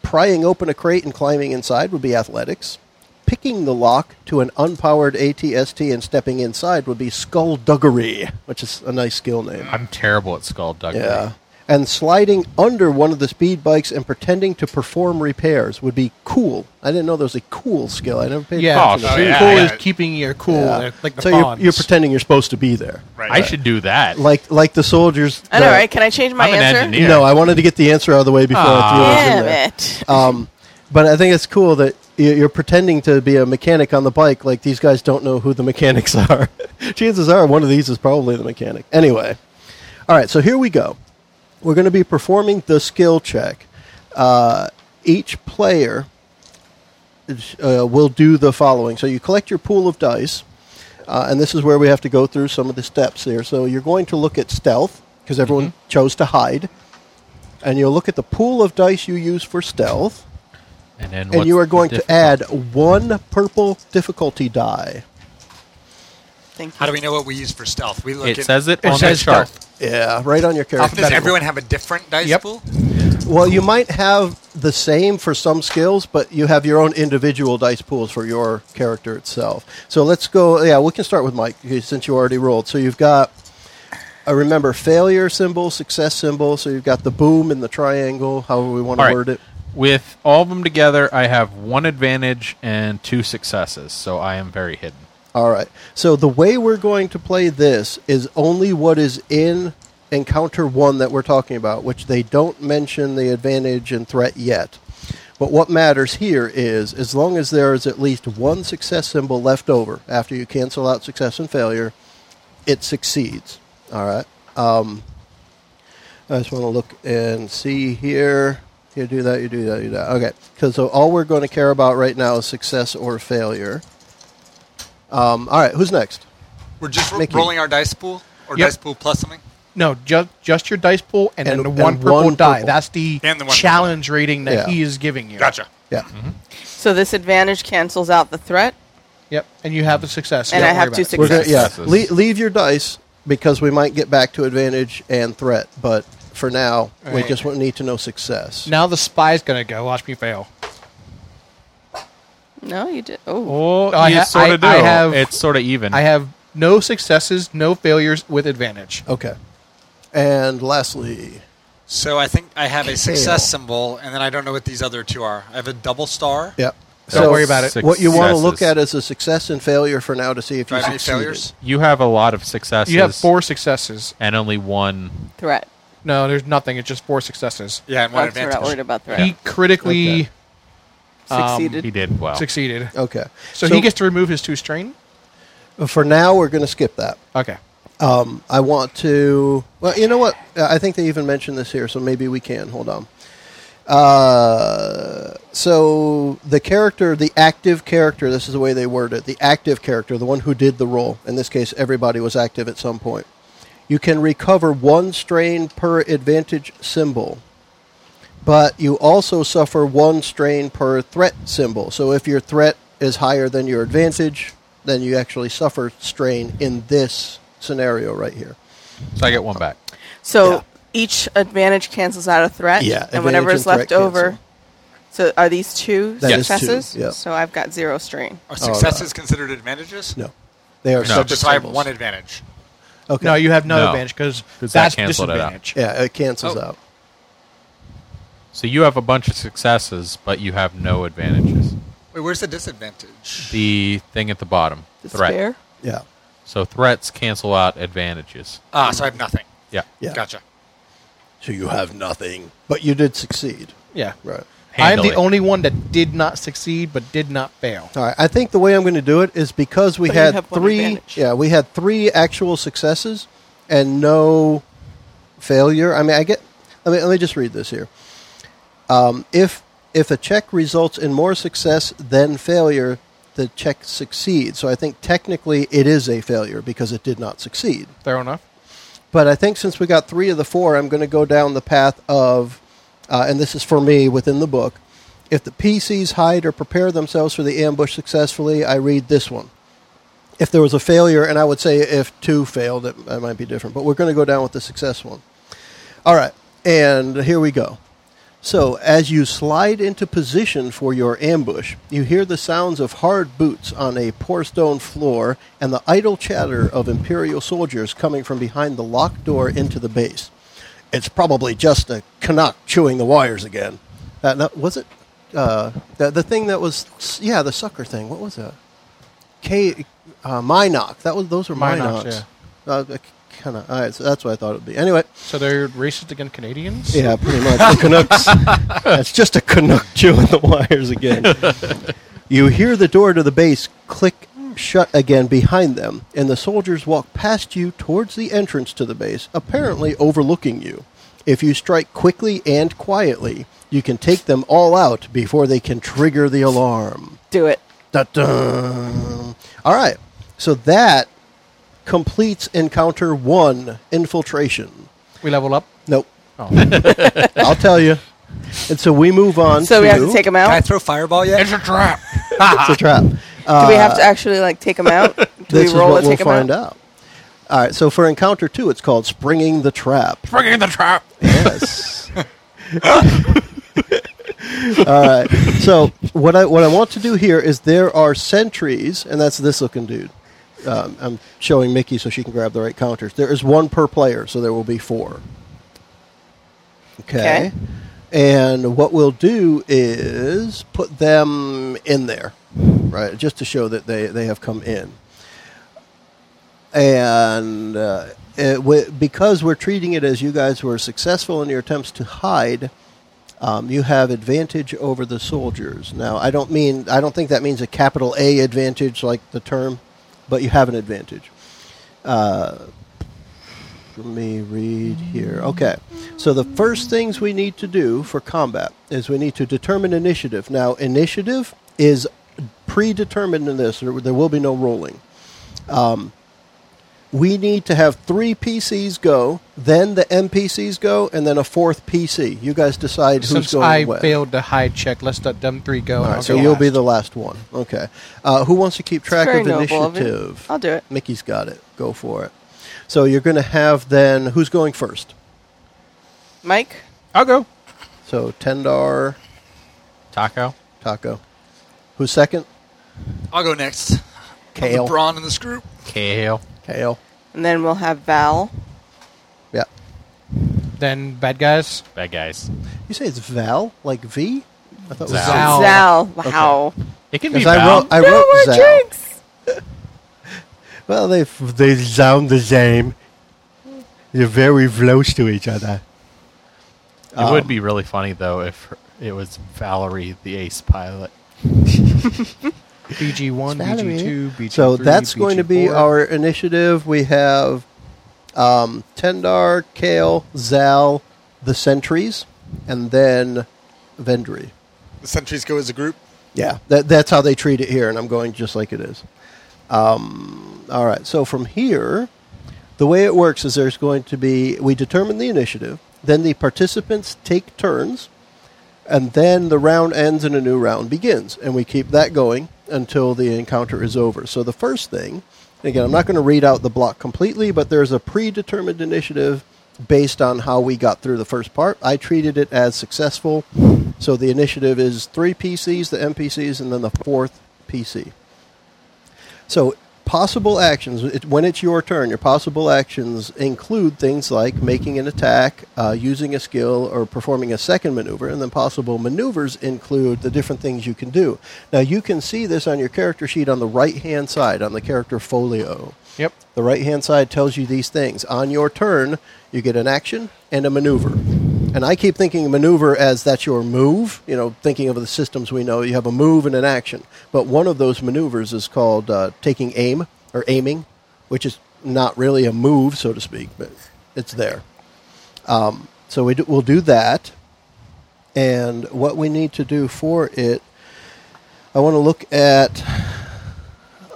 Prying open a crate and climbing inside would be athletics. Picking the lock to an unpowered ATST and stepping inside would be skullduggery, which is a nice skill name. I'm terrible at skullduggery. Yeah. And sliding under one of the speed bikes and pretending to perform repairs would be cool. I didn't know there was a cool skill. I never paid Yeah, Oh, attention to that. sure. yeah, cool yeah. is keeping your cool. Yeah. Like the so you're, fawns. you're pretending you're supposed to be there, Right. I should do that. like like the soldiers. I know, the- right? Can I change my I'm an answer? engineer. No, I wanted to get the answer out of the way before I threw it in Damn there. it! Um, but I think it's cool that y- you're pretending to be a mechanic on the bike. Like these guys don't know who the mechanics are. Chances are one of these is probably the mechanic. Anyway, all right. So here we go. We're going to be performing the skill check. Uh, each player uh, will do the following. So you collect your pool of dice, uh, and this is where we have to go through some of the steps here. So you're going to look at stealth because everyone chose to hide, and you'll look at the pool of dice you use for stealth, and then and what's you are the going to difficulty? add one purple difficulty die. Thank you. How do we know what we use for stealth? We look It at. says it, It on says the chart. stealth. Yeah, right on your character. Does everyone have a different dice Yep. pool? Well, you might have the same for some skills, but you have your own individual dice pools for your character itself. So let's go. Yeah, we can start with Mike eh, since you already rolled. So you've got, I remember, failure symbol, success symbol. So you've got the boom and the triangle, however we want All to right. word it. With all of them together, I have one advantage and two successes, so I am very hidden. All right. So the way we're going to play this is only what is in encounter one that we're talking about, which they don't mention the advantage and threat yet. But what matters here is as long as there is at least one success symbol left over after you cancel out success and failure, it succeeds. All right. Um, I just want to look and see here. You do that, you do that, you do that. Okay. Because so all we're going to care about right now is success or failure. Um, all right, who's next? We're just ro- Mickey. rolling our dice pool or Yep. dice pool plus something. No, just just your dice pool and, And- then the one and purple one die. purple. That's the, And the one challenge rating that Yeah. he is giving you. Gotcha. Yeah. Mm-hmm. So this advantage cancels out the threat. Yep. And you have a success. so And don't I have worry two about it. We're gonna, successes. yeah. Successes. Le- leave your dice because we might get back to advantage and threat, but for now, we Alright. just want- need to know success. Now the spy's gonna go. Watch me fail. No, you did. Oh, Oh, I ha- sort I- of do. I have- it's sort of even. I have no successes, no failures with advantage. Okay. And lastly, So I think I have a Fail. success symbol, and then I don't know what these other two are. I have a double star. yeah. Don't worry about it. What you want to look Successes. at is a success and failure for now to see if Do I you have any succeeded. failures? You have a lot of successes. You have four successes. and only one. threat. No, there's nothing. It's just four successes. Yeah, and one That's- We're not worried advantage. about threat. He critically Okay. um, Succeeded. He did well. succeeded. Okay. So, he gets to remove his two strain. for now we're going to skip that. Okay. Um, I want to. Well, you know what? Uh, I think they even mentioned this here, so maybe we can. Hold on. Uh, so the character, the active character, this is the way they word it the active character, the one who did the role. In this case, everybody was active at some point. You can recover one strain per advantage symbol, but you also suffer one strain per threat symbol. So if your threat is higher than your advantage, then you actually suffer strain in this scenario right here. So I get one back. So Yeah. each advantage cancels out a threat. Yeah, and whatever advantage is and left threat over. cancel. So are these two That is two, successes? yeah. So I've got zero strain. Are successes considered advantages? No. They are No. So separate just I have symbols. one advantage. Okay. No, you have no, No. advantage because 'Cause that that's canceled it out. disadvantage. yeah, it cancels Oh. out. So you have a bunch of successes, but you have no advantages. Wait, where's the disadvantage? The thing at the bottom, threat. Despair. Yeah. So threats cancel out advantages. Ah, so I have nothing. Yeah. Yeah. Gotcha. So you have nothing. But you did succeed. Yeah. Right. Handle I am the it. only one that did not succeed but did not fail. All right. I think the way I'm going to do it is because we But you had have one three advantage. yeah, we had three actual successes and no failure. I mean, I get let me let me just read this here. Um, if if a check results in more success than failure, the check succeeds. So I think technically it is a failure because it did not succeed. Fair enough. But I think since we got three of the four, I'm going to go down the path of, uh, and this is for me within the book, if the PCs hide or prepare themselves for the ambush successfully, I read this one. If there was a failure, and I would say if two failed, it, it might be different, but we're going to go down with the success one. All right, and here we go. So, as you slide into position for your ambush, you hear the sounds of hard boots on a poor stone floor and the idle chatter of Imperial soldiers coming from behind the locked door into the base. It's probably just a Canuck chewing the wires again. Uh, that, was it? Uh, the, the thing that was, yeah, the sucker thing. What was that? K, uh, Minoc. That was those were Minocs, Minocs. Uh, kind of. All right, so that's what I thought it would be. Anyway. So they're racist against Canadians? Yeah, pretty much. The Canucks. it's just a Canuck chewing the wires again. you hear the door to the base click shut again behind them, and the soldiers walk past you towards the entrance to the base, apparently overlooking you. If you strike quickly and quietly, you can take them all out before they can trigger the alarm. Do it. Dun-dun. All right. So that completes encounter one infiltration. We level up. Nope. Oh. I'll tell you. And so we move on. So to, we have to take them Can I out. throw fireball yet? a trap. It's a trap. Do we have to actually like take them out? Do Uh, This we is roll what to we'll take 'em find out? out. All right. So for encounter two, it's called springing the trap. Bringing the trap. Yes. All right. So what I what I want to do here is there are sentries, and that's this looking dude. Um, I'm showing Mickey so she can grab the right counters. There is one per player, so there will be four. Okay. Okay. And what we'll do is put them in there, right? Just to show that they, they have come in. And uh, it, wi- because we're treating it as you guys were successful in your attempts to hide, um, you have advantage over the soldiers. Now, I don't mean I don't think that means a capital A advantage like the term, but you have an advantage. Let me read here. Okay. So the first things we need to do for combat is we need to determine initiative. Now, initiative is predetermined in this. There, there will be no rolling. Um, we need to have three PCs go, then the NPCs go, and then a fourth PC. You guys decide who's Since going I where. failed the high check, let's let them three go. All and right, I'll so go you'll be last. the last one. Okay. Uh, who wants to keep track very of noble of you. initiative? I'll do it. Mickey's got it. Go for it. So you're going to have then who's going first? Mike? I'll go. So Tendar, Taco. Taco. Who's second? I'll go next. I'm the Kale. brawn in this group. Kale. Kale. And then we'll have Val. Yeah. Then bad guys. Bad guys. You say it's Val, like V? I thought it was Zal. Zal. Ow. Zal. Wow. It can be Because I Val. wrote, I No wrote more Zal. drinks. Well, they f- they sound the same. They're very close to each other. It um, would be really funny though if her- it was Valerie, the ace pilot. BG one, BG two, BG So three, that's BG going to be four. our initiative. We have um, Tendar, Kale, Zal, the Sentries, and then Vendry. The sentries go as a group. Yeah, that, that's how they treat it here, and I'm going just like it is. Um, all right, so from here, the way it works is there's going to be, we determine the initiative, then the participants take turns, and then the round ends and a new round begins. And we keep that going until the encounter is over. So the first thing, and again, I'm not going to read out the block completely, but there's a predetermined initiative based on how we got through the first part. I treated it as successful. So the initiative is three PCs, the NPCs, and then the fourth PC. So possible actions it, when it's your turn. Your possible actions include things like making an attack, uh, using a skill, or performing a second maneuver. And then possible maneuvers include the different things you can do. Now you can see this on your character sheet on the right hand side on the character folio. Yep. The right hand side tells you these things. On your turn, you get an action and a maneuver. And I keep thinking maneuver as that's your move, you know, thinking of the systems we know, you have a move and an action. But one of those maneuvers is called uh, taking aim or aiming, which is not really a move, so to speak, but it's there. Um, so we do, we'll do that. And what we need to do for it, I want to look at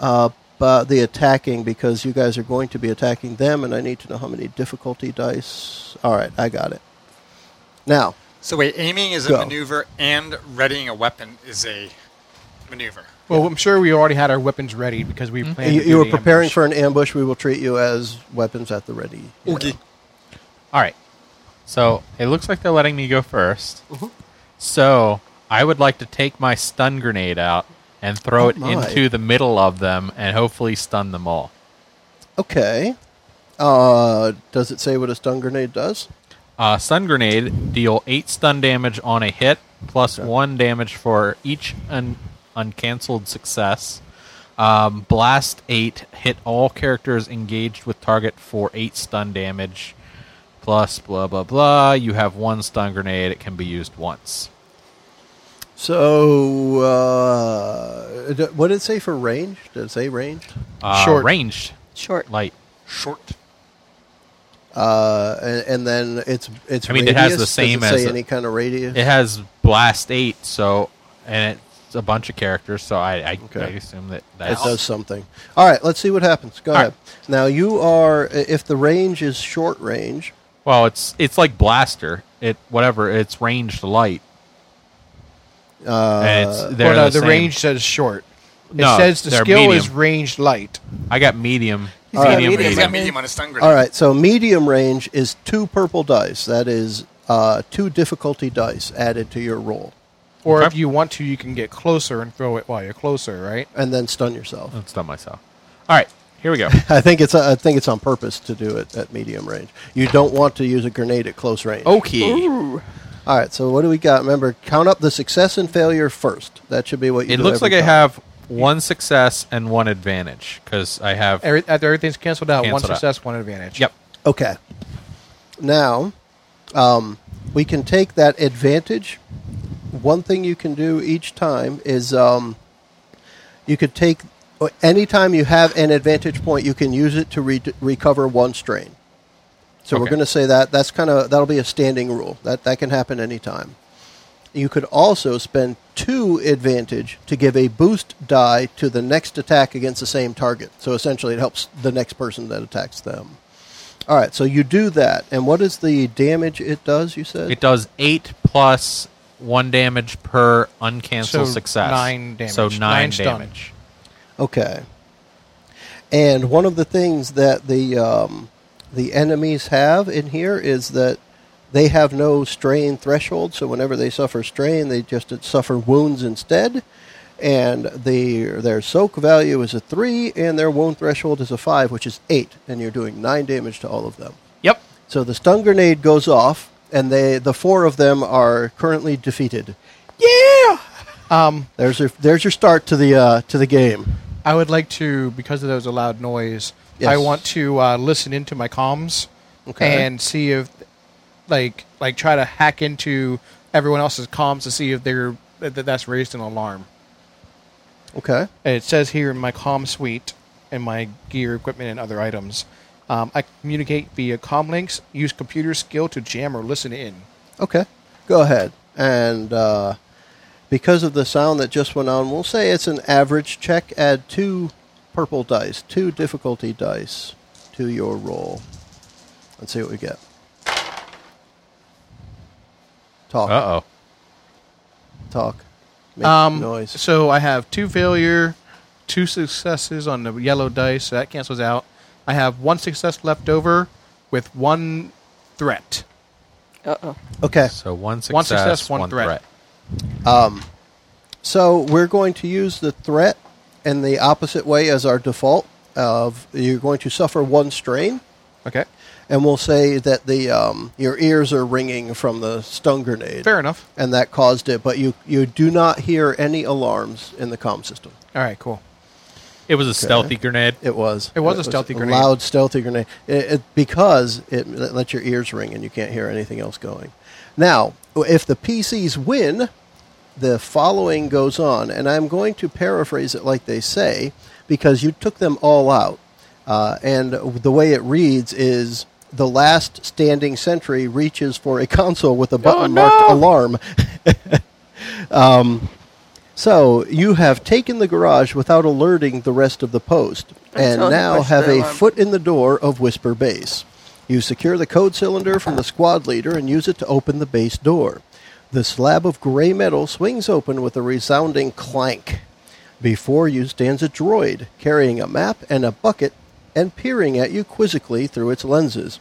up uh, the attacking because you guys are going to be attacking them, and I need to know how many difficulty dice. All right, I got it. Now, So wait, aiming is a Go. maneuver, and readying a weapon is a maneuver. Well, I'm sure we already had our weapons ready because we Mm-hmm. planned. you, to do you were the preparing ambush. for an ambush. We will treat you as weapons at the ready. you know. All right. So it looks like they're letting me go 1st Mm-hmm. So I would like to take my stun grenade out and throw Oh it my. into the middle of them and hopefully stun them all. Okay. Uh, does it say what a stun grenade does? Uh, stun grenade deal eight stun damage on a hit, plus one damage for each un- uncancelled success. Um, blast eight, hit all characters engaged with target for eight stun damage, plus blah blah blah. You have one stun grenade; it can be used once. So, uh, d- what did it say for range? Did it say range? Uh, Short. ranged Short. light. Short. Uh, and, and then it's it's. I mean, it has radius? the same does it say as a- any kind of radius. It has blast eight, so and it's a bunch of characters. So I, I, Okay. I assume that It that's does something. All right, let's see what happens. Go All ahead. Now you are i- if the range is short range. well. It's it's like blaster. It whatever. It's ranged light. Uh, and it's, they're Well, no, the, the, same. range says short. It No, says the they're skill is medium. range light. I got medium. Uh, He's got medium, medium. He's range. got medium on his stun grenade. all right, so medium range is two purple dice. That is uh, two difficulty dice added to your roll, Or if Okay. you want to, you can get closer and throw it while you're closer, right? and then stun yourself. Let's stun myself. All right, here we go. I think it's uh, I think it's on purpose to do it at medium range. You don't want to use a grenade at close range. Oh. Okay. All right. So what do we got? Remember, count up the success and failure first. That should be what you. It do looks every like I time. have one success and one advantage because I have. Every, after everything's canceled out, Canceled one out. success, one advantage. Yep. Okay. Now, um, we can take that advantage. One thing you can do each time is um, you could take uh, anytime you have an advantage point, you can use it to re- recover one strain. So we're Okay. going to say that that's kind of that'll be a standing rule that that can happen anytime. You could also spend two advantage to give a boost die to the next attack against the same target. So essentially, it helps the next person that attacks them. All right, so you do that, and what is the damage it does? You said It does eight plus one damage per uncancelled So success. nine damage. So nine, Nine stun. damage. okay. And one of the things that the um, the enemies have in here is that they have no strain threshold, so whenever they suffer strain, they just suffer wounds instead. And the their soak value is a three, and their wound threshold is a five, which is eight, and you're doing nine damage to all of them. Yep. So the stun grenade goes off, and they the four of them are currently defeated. Yeah. Um, There's your there's your start to the uh, to the game. I would like to, because of those loud noise, Yes. I want to uh, listen into my comms Okay. and see if, like, like try to hack into everyone else's comms to see if they're that that that's raised an alarm. Okay. It says here in my comm suite and my gear, equipment, and other items. Um, I communicate via comm links. Use computer skill to jam or listen in. Okay. Go ahead. And uh, because of the sound that just went on, we'll say it's an average check. Add two purple dice, two difficulty dice to your roll. Let's see what we get. Talk. Uh oh. Talk. Make Um, noise. So I have two failure, two successes on the yellow dice, so that cancels out. I have one success left over with one threat. Uh oh. Okay. So one success, One success, one threat. So we're going to use the threat in the opposite way as our default. Of you're going to suffer one strain, Okay. and we'll say that the um, your ears are ringing from the stun grenade, Fair enough. and that caused it. But you you do not hear any alarms in the comm system. All right, cool. It was a stealthy grenade. It was It was a stealthy grenade. loud stealthy grenade, It- it- because it l- lets your ears ring and you can't hear anything else going. Now, if the PCs win, the following goes on, and I'm going to paraphrase it like they say, because you took them all out. Uh, and the way it reads is the last standing sentry reaches for a console with a Oh, button marked alarm. um, so you have taken the garage without alerting the rest of the post, and Until you now push have the a alarm. foot in the door of Whisper Base. You secure the code cylinder from the squad leader and use it to open the base door. The slab of gray metal swings open with a resounding clank. Before you stands a droid carrying a map and a bucket and peering at you quizzically through its lenses.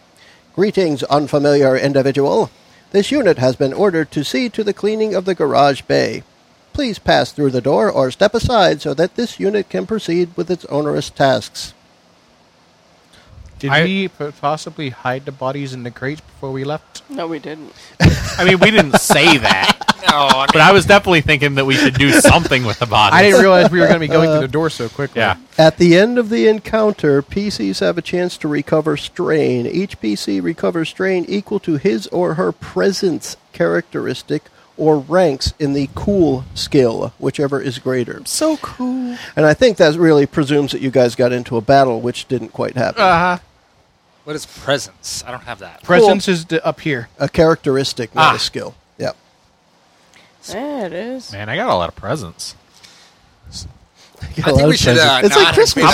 Greetings, unfamiliar individual. This unit has been ordered to see to the cleaning of the garage bay. Please pass through the door or step aside so that this unit can proceed with its onerous tasks. Did I- we po- possibly hide the bodies in the crates before we left? No, we didn't. I mean, we didn't say that, No, I but I was definitely thinking that we should do something with the body. I didn't realize we were going to be going through the door so quickly. Yeah. At the end of the encounter, PCs have a chance to recover strain. Each PC recovers strain equal to his or her presence characteristic or ranks in the cool skill, whichever is greater. So cool. And I think that really presumes that you guys got into a battle, which didn't quite happen. Ah. Uh, What is presence? I don't have that. presence is d- up here. a characteristic, not Ah. a skill. Yep. There it is. Man, I got a lot of presents. I think we should. Uh, it's not like Christmas. pick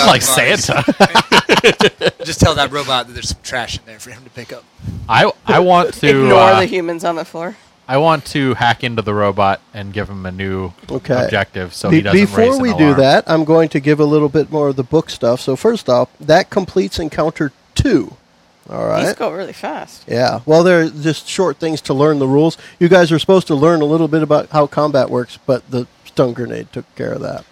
up I'm like bugs. Santa. Just tell that robot that there's some trash in there for him to pick up. I I want to Ignore uh, the humans on the floor. I want to hack into the robot and give him a new Okay. objective so Be- he doesn't before raise an we do alarm. that, I'm going to give a little bit more of the book stuff. So first off, that completes encounter two. All right. These go really fast. Yeah. Well, they're just short things to learn the rules. You guys are supposed to learn a little bit about how combat works, but the stun grenade took care of that.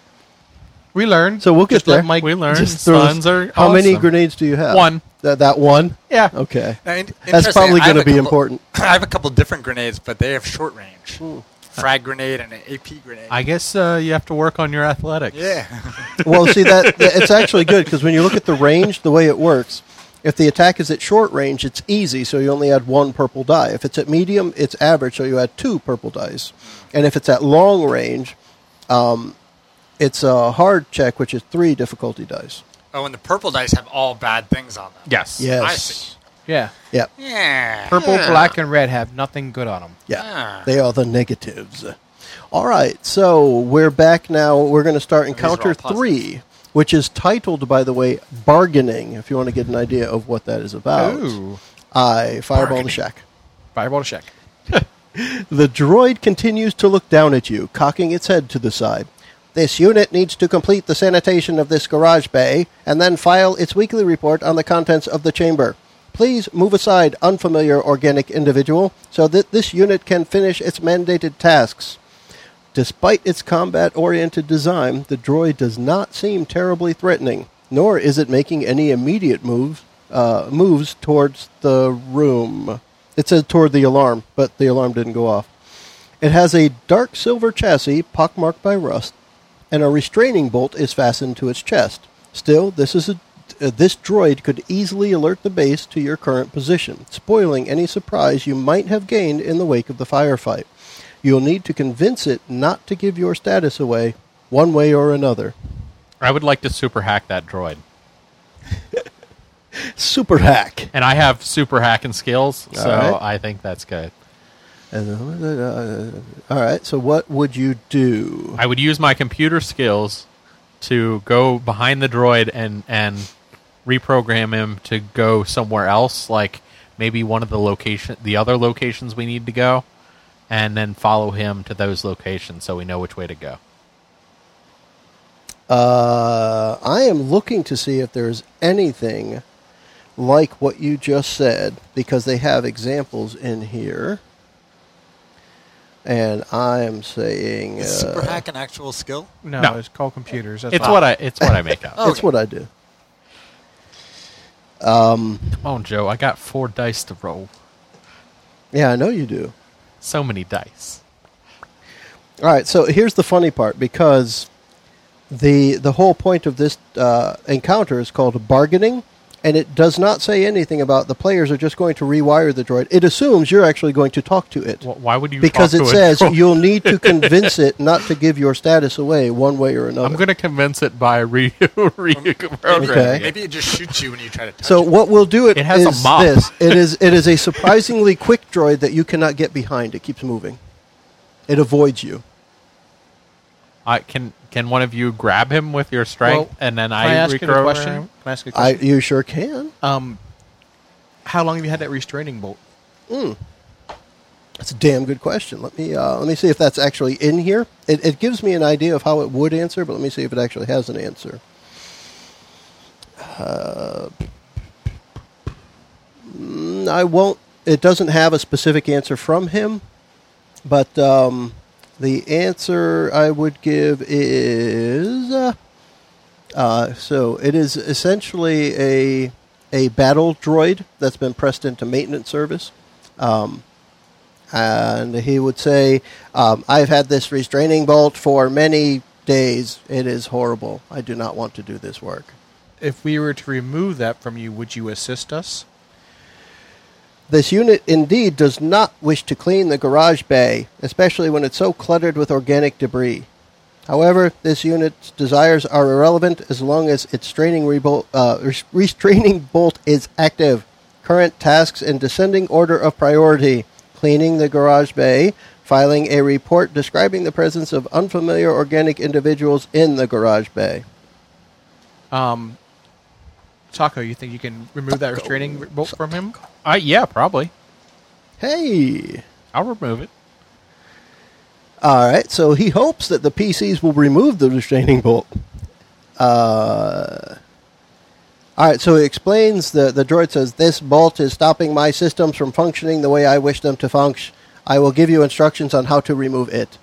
We learned. So we'll get Just there. Let Mike We learned. Just throw us- Stuns are How many Oh. awesome. grenades do you have? One. That that one. Yeah. Okay. Now, in- That's interesting, probably I have going to a be couple- important. Hmm. I have a couple different grenades, but they have short range. Frag grenade and an AP grenade. I guess uh, you have to work on your athletics. yeah. well, see that that- it's actually good because when you look at the range, the way it works, if the attack is at short range, it's easy, so you only add one purple die. If it's at medium, it's average, so you add two purple dice. And if it's at long range, um, it's a hard check, which is three difficulty dice. Oh, and the purple dice have all bad things on them. Yes. Yes. I see. Yeah. Yeah. Yeah. Purple, black, and red have nothing good on them. Yeah. Ah. They are the negatives. All right. So we're back now. We're going to start these are all encounter positives. three, which is titled, by the way, Bargaining, if you want to get an idea of what that is about. Ooh. I Fireball the Shack. Fireball to check. The droid continues to look down at you, cocking its head to the side. This unit needs to complete the sanitation of this garage bay and then file its weekly report on the contents of the chamber. Please move aside, unfamiliar organic individual, so that this unit can finish its mandated tasks. Despite its combat oriented design, the droid does not seem terribly threatening, nor is it making any immediate move, uh, moves towards the room. It says toward the alarm, but the alarm didn't go off. It has a dark silver chassis pockmarked by rust, and a restraining bolt is fastened to its chest. Still, this is a uh, this droid could easily alert the base to your current position, spoiling any surprise you might have gained in the wake of the firefight. You'll need to convince it not to give your status away, one way or another. I would like to super hack that droid. Super hack. And I have super hacking skills, so Alright. I think that's good. And, uh, all right. So, what would you do? I would use my computer skills to go behind the droid and and reprogram him to go somewhere else, like maybe one of the location, the other locations we need to go, and then follow him to those locations so we know which way to go. Uh, I am looking to see if there's anything like what you just said because they have examples in here. And I am saying Is uh, super hack an actual skill? No, No. it's called computers. That's It's what I it's what I make up. oh. it's what I do. Come on, Joe, I got four dice to roll. Yeah, I know you do. So many dice. All right, so here's the funny part because the the whole point of this uh, encounter is called bargaining, and it does not say anything about the players are just going to rewire the droid. It assumes you're actually going to talk to it Wh- Why would you? because talk it to a says droid? you'll need to convince it not to give your status away one way or another. I'm going to convince it by re, re- Okay. programming. it. Maybe it just shoots you when you try to touch so it. what we'll do it, It has a is mop. this. It is it is a surprisingly quick droid that you cannot get behind. It keeps moving. It avoids you. I can can one of you grab him with your strength Well, and then Can I, I, ask you a reprogram question? him? Can I ask you a I question? you sure can. um, how long have you had that restraining bolt? That's a damn good question. Let me uh, let me see if that's actually in here. It, it gives me an idea of how it would answer, but let me see if it actually has an answer. Uh, mm, I won't. It doesn't have a specific answer from him, but um, the answer I would give is uh, uh, so it is essentially a a battle droid that's been pressed into maintenance service. And he would say, um, I've had this restraining bolt for many days. It is horrible. I do not want to do this work. If we were to remove that from you, would you assist us? This unit indeed does not wish to clean the garage bay, especially when it's so cluttered with organic debris. However, this unit's desires are irrelevant as long as its straining rebolt, uh, res- restraining bolt is active. Current tasks in descending order of priority cleaning the garage bay, filing a report describing the presence of unfamiliar organic individuals in the garage bay. Um, Taco, you think you can remove that restraining bolt from him? Uh, yeah, probably. Hey! I'll remove it. All right, so he hopes that the PCs will remove the restraining bolt. Uh, All right, so it explains the the droid says this bolt is stopping my systems from functioning the way I wish them to function. I will give you instructions on how to remove it.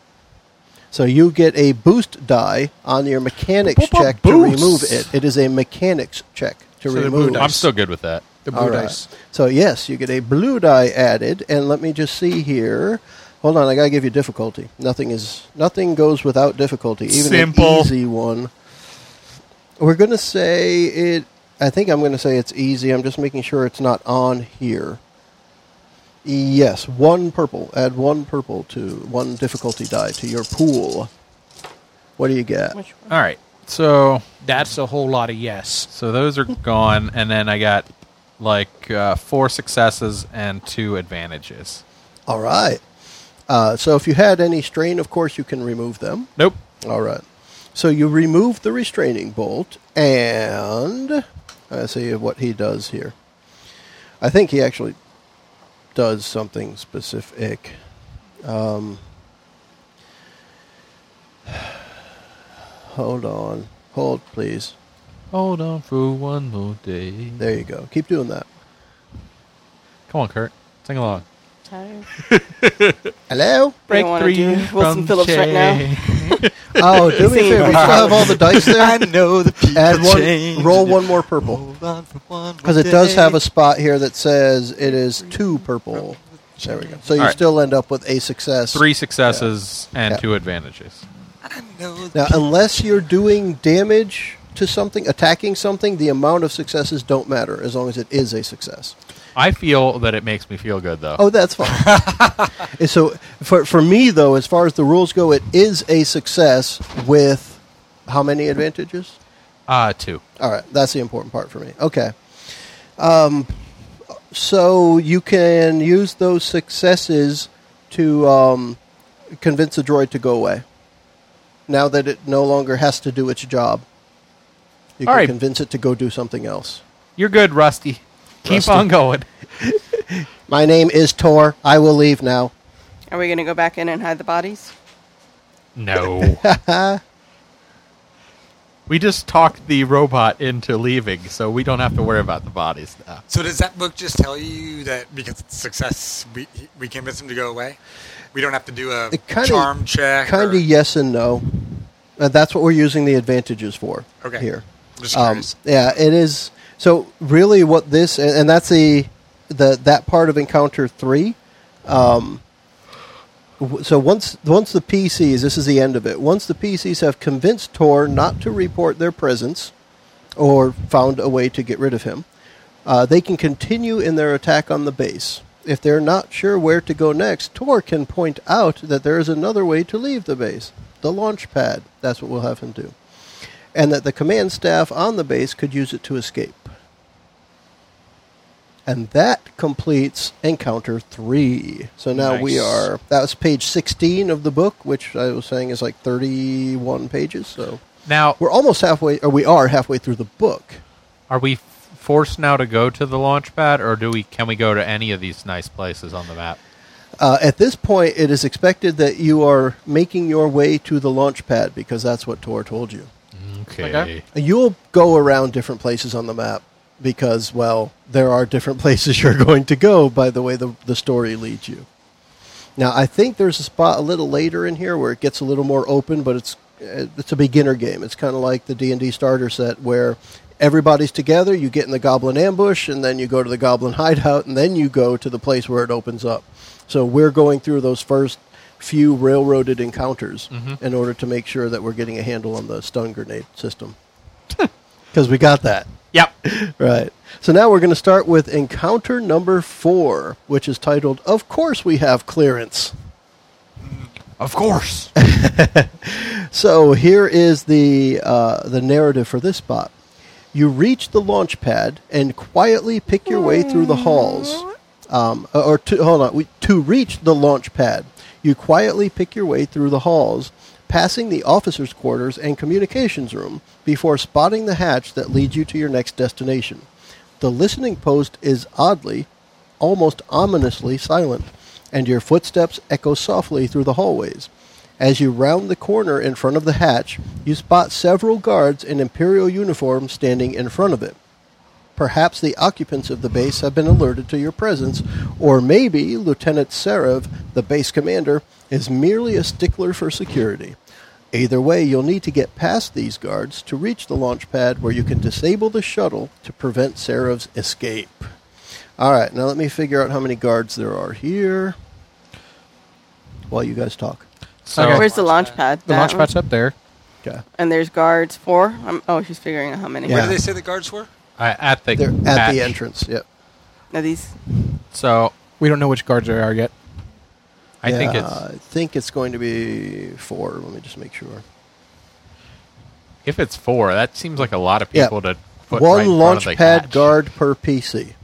So you get a boost die on your mechanics Ba-ba-ba- check to boost. remove it. It is a mechanics check to the blue remove. die. I'm still good with that. The blue All right. dice. So yes, you get a blue die added, and let me just see here. Hold on, I gotta give you difficulty. Nothing is nothing goes without difficulty, even Simple. an easy one. We're gonna say it. I think I'm gonna say it's easy. I'm just making sure it's not on here. Yes, one purple. Add one purple to one difficulty die to your pool. What do you get? All right. So That's a whole lot of yes. so those are gone, and then I got like uh, four successes and two advantages. All right. Uh, so if you had any strain, of course you can remove them. Nope. All right. So you remove the restraining bolt, and I see what he does here. I think he actually does something specific. Um, hold on, hold please. Hold on for one more day. There you go. Keep doing that. Come on, Kurt. Sing along. Tired. Hello. We don't wanna do Wilson from Phillips right now. Jay. Oh, do me a favor. You still have all the dice I there. know the people Add one. change. Roll one more purple. Hold on for one Because it more does have day. a spot here that says it is two purple. There we go. So you All right. still end up with a success. Three successes and Yeah. two advantages. I know the Now, uh, unless you're doing damage to something, attacking something, the amount of successes don't matter as long as it is a success. I feel that it makes me feel good though. Oh, that's fine. And so for, for me, though, as far as the rules go, it is a success with how many advantages? Uh, two. All right, that's the important part for me. Okay. Um, so you can use those successes to um, convince the droid to go away. Now that it no longer has to do its job, you All can right. convince it to go do something else. You're good, Rusty. Keep Rusty. on going. My name is Tor. I will leave now. Are we going to go back in and hide the bodies? No. we just talked the robot into leaving, so we don't have to worry about the bodies now. So does that book just tell you that because it's success, we we convince them to go away? We don't have to do a It kinda- charm check. Kind or- of yes and no. Uh, that's what we're using the advantages for Okay. here. Just Um, curious. yeah, it is. So really, what this and, and that's the the that part of Encounter Three. Um, w- so once once the PCs, this is the end of it. Once the PCs have convinced Tor not to report their presence, or found a way to get rid of him, uh, they can continue in their attack on the base. If they're not sure where to go next, Tor can point out that there is another way to leave the base, the launch pad. That's what we'll have him do and that the command staff on the base could use it to escape. And that completes encounter three. So now we Nice. are. That was page 16 of the book, which I was saying is like 31 pages. So Now, we're almost halfway, or we are halfway through the book. are we f- forced now to go to the launch pad, or do we? Can we go to any of these nice places on the map? Uh, at this point, it is expected that you are making your way to the launch pad because that's what Tor told you. Okay. You'll go around different places on the map because, well, there are different places you're going to go by the way the, the story leads you. Now, I think there's a spot a little later in here where it gets a little more open, but it's uh, it's a beginner game. It's kind of like the D and D starter set where everybody's together. You get in the goblin ambush, and then you go to the goblin hideout, and then you go to the place where it opens up. So we're going through those first few railroaded encounters in order to make sure that we're getting a handle on the stun grenade system because we got that. Yep. Right. So now we're going to start with encounter number four, which is titled, Of Course We Have Clearance. Of course. So here is the, uh, the narrative for this spot. You reach the launch pad and quietly pick your way through the halls. Um, or to, hold on, we, to reach the launch pad, you quietly pick your way through the halls, passing the officers' quarters and communications room before spotting the hatch that leads you to your next destination. The listening post is oddly, almost ominously silent, and your footsteps echo softly through the hallways. As you round the corner in front of the hatch, you spot several guards in Imperial uniform standing in front of it. Perhaps the occupants of the base have been alerted to your presence, or maybe Lieutenant Serev, the base commander, is merely a stickler for security. Either way, you'll need to get past these guards to reach the launch pad where you can disable the shuttle to prevent Serev's escape. All right, now let me figure out how many guards there are here while you guys talk. So Okay. Where's the launch pad? The That launch one? pad's up there. Okay. And there's guards. Four. Um, oh, she's figuring out how many. Yeah. Where did they say the guards were? I, at the They're at hatch. the entrance. Yep. Are these? So We don't know which guards there are yet. I think Yeah, it's I think it's going to be four. Let me just make sure. if it's four, that seems like a lot of Yeah. people to put One right in front of launch the pad hatch. guard per PC.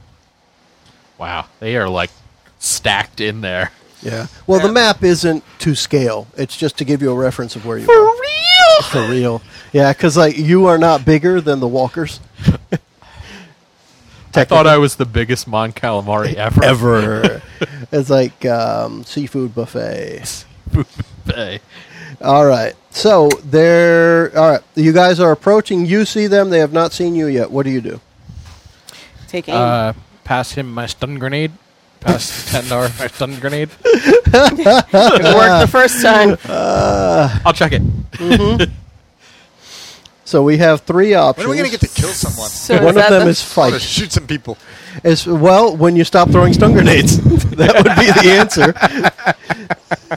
Wow, they are like stacked in there. Yeah. Well, the Yeah. map isn't to scale. It's just to give you a reference of where you are. real? For real. Yeah, because like you are not bigger than the walkers. I thought I was the biggest Mon Calamari ever. Ever. it's like um, seafood buffet. Hey. All right. So they're all right. You guys are approaching. You see them. They have not seen you yet. What do you do? Take aim. Uh, pass him my stun grenade. Pass Tandar my stun grenade. it worked the first time. I'll check it. So we have three options. When are we going to get to kill someone? So One is of that them the- is I want to fight. shoot some people. It's, well, when you stop throwing stun grenades, that would be the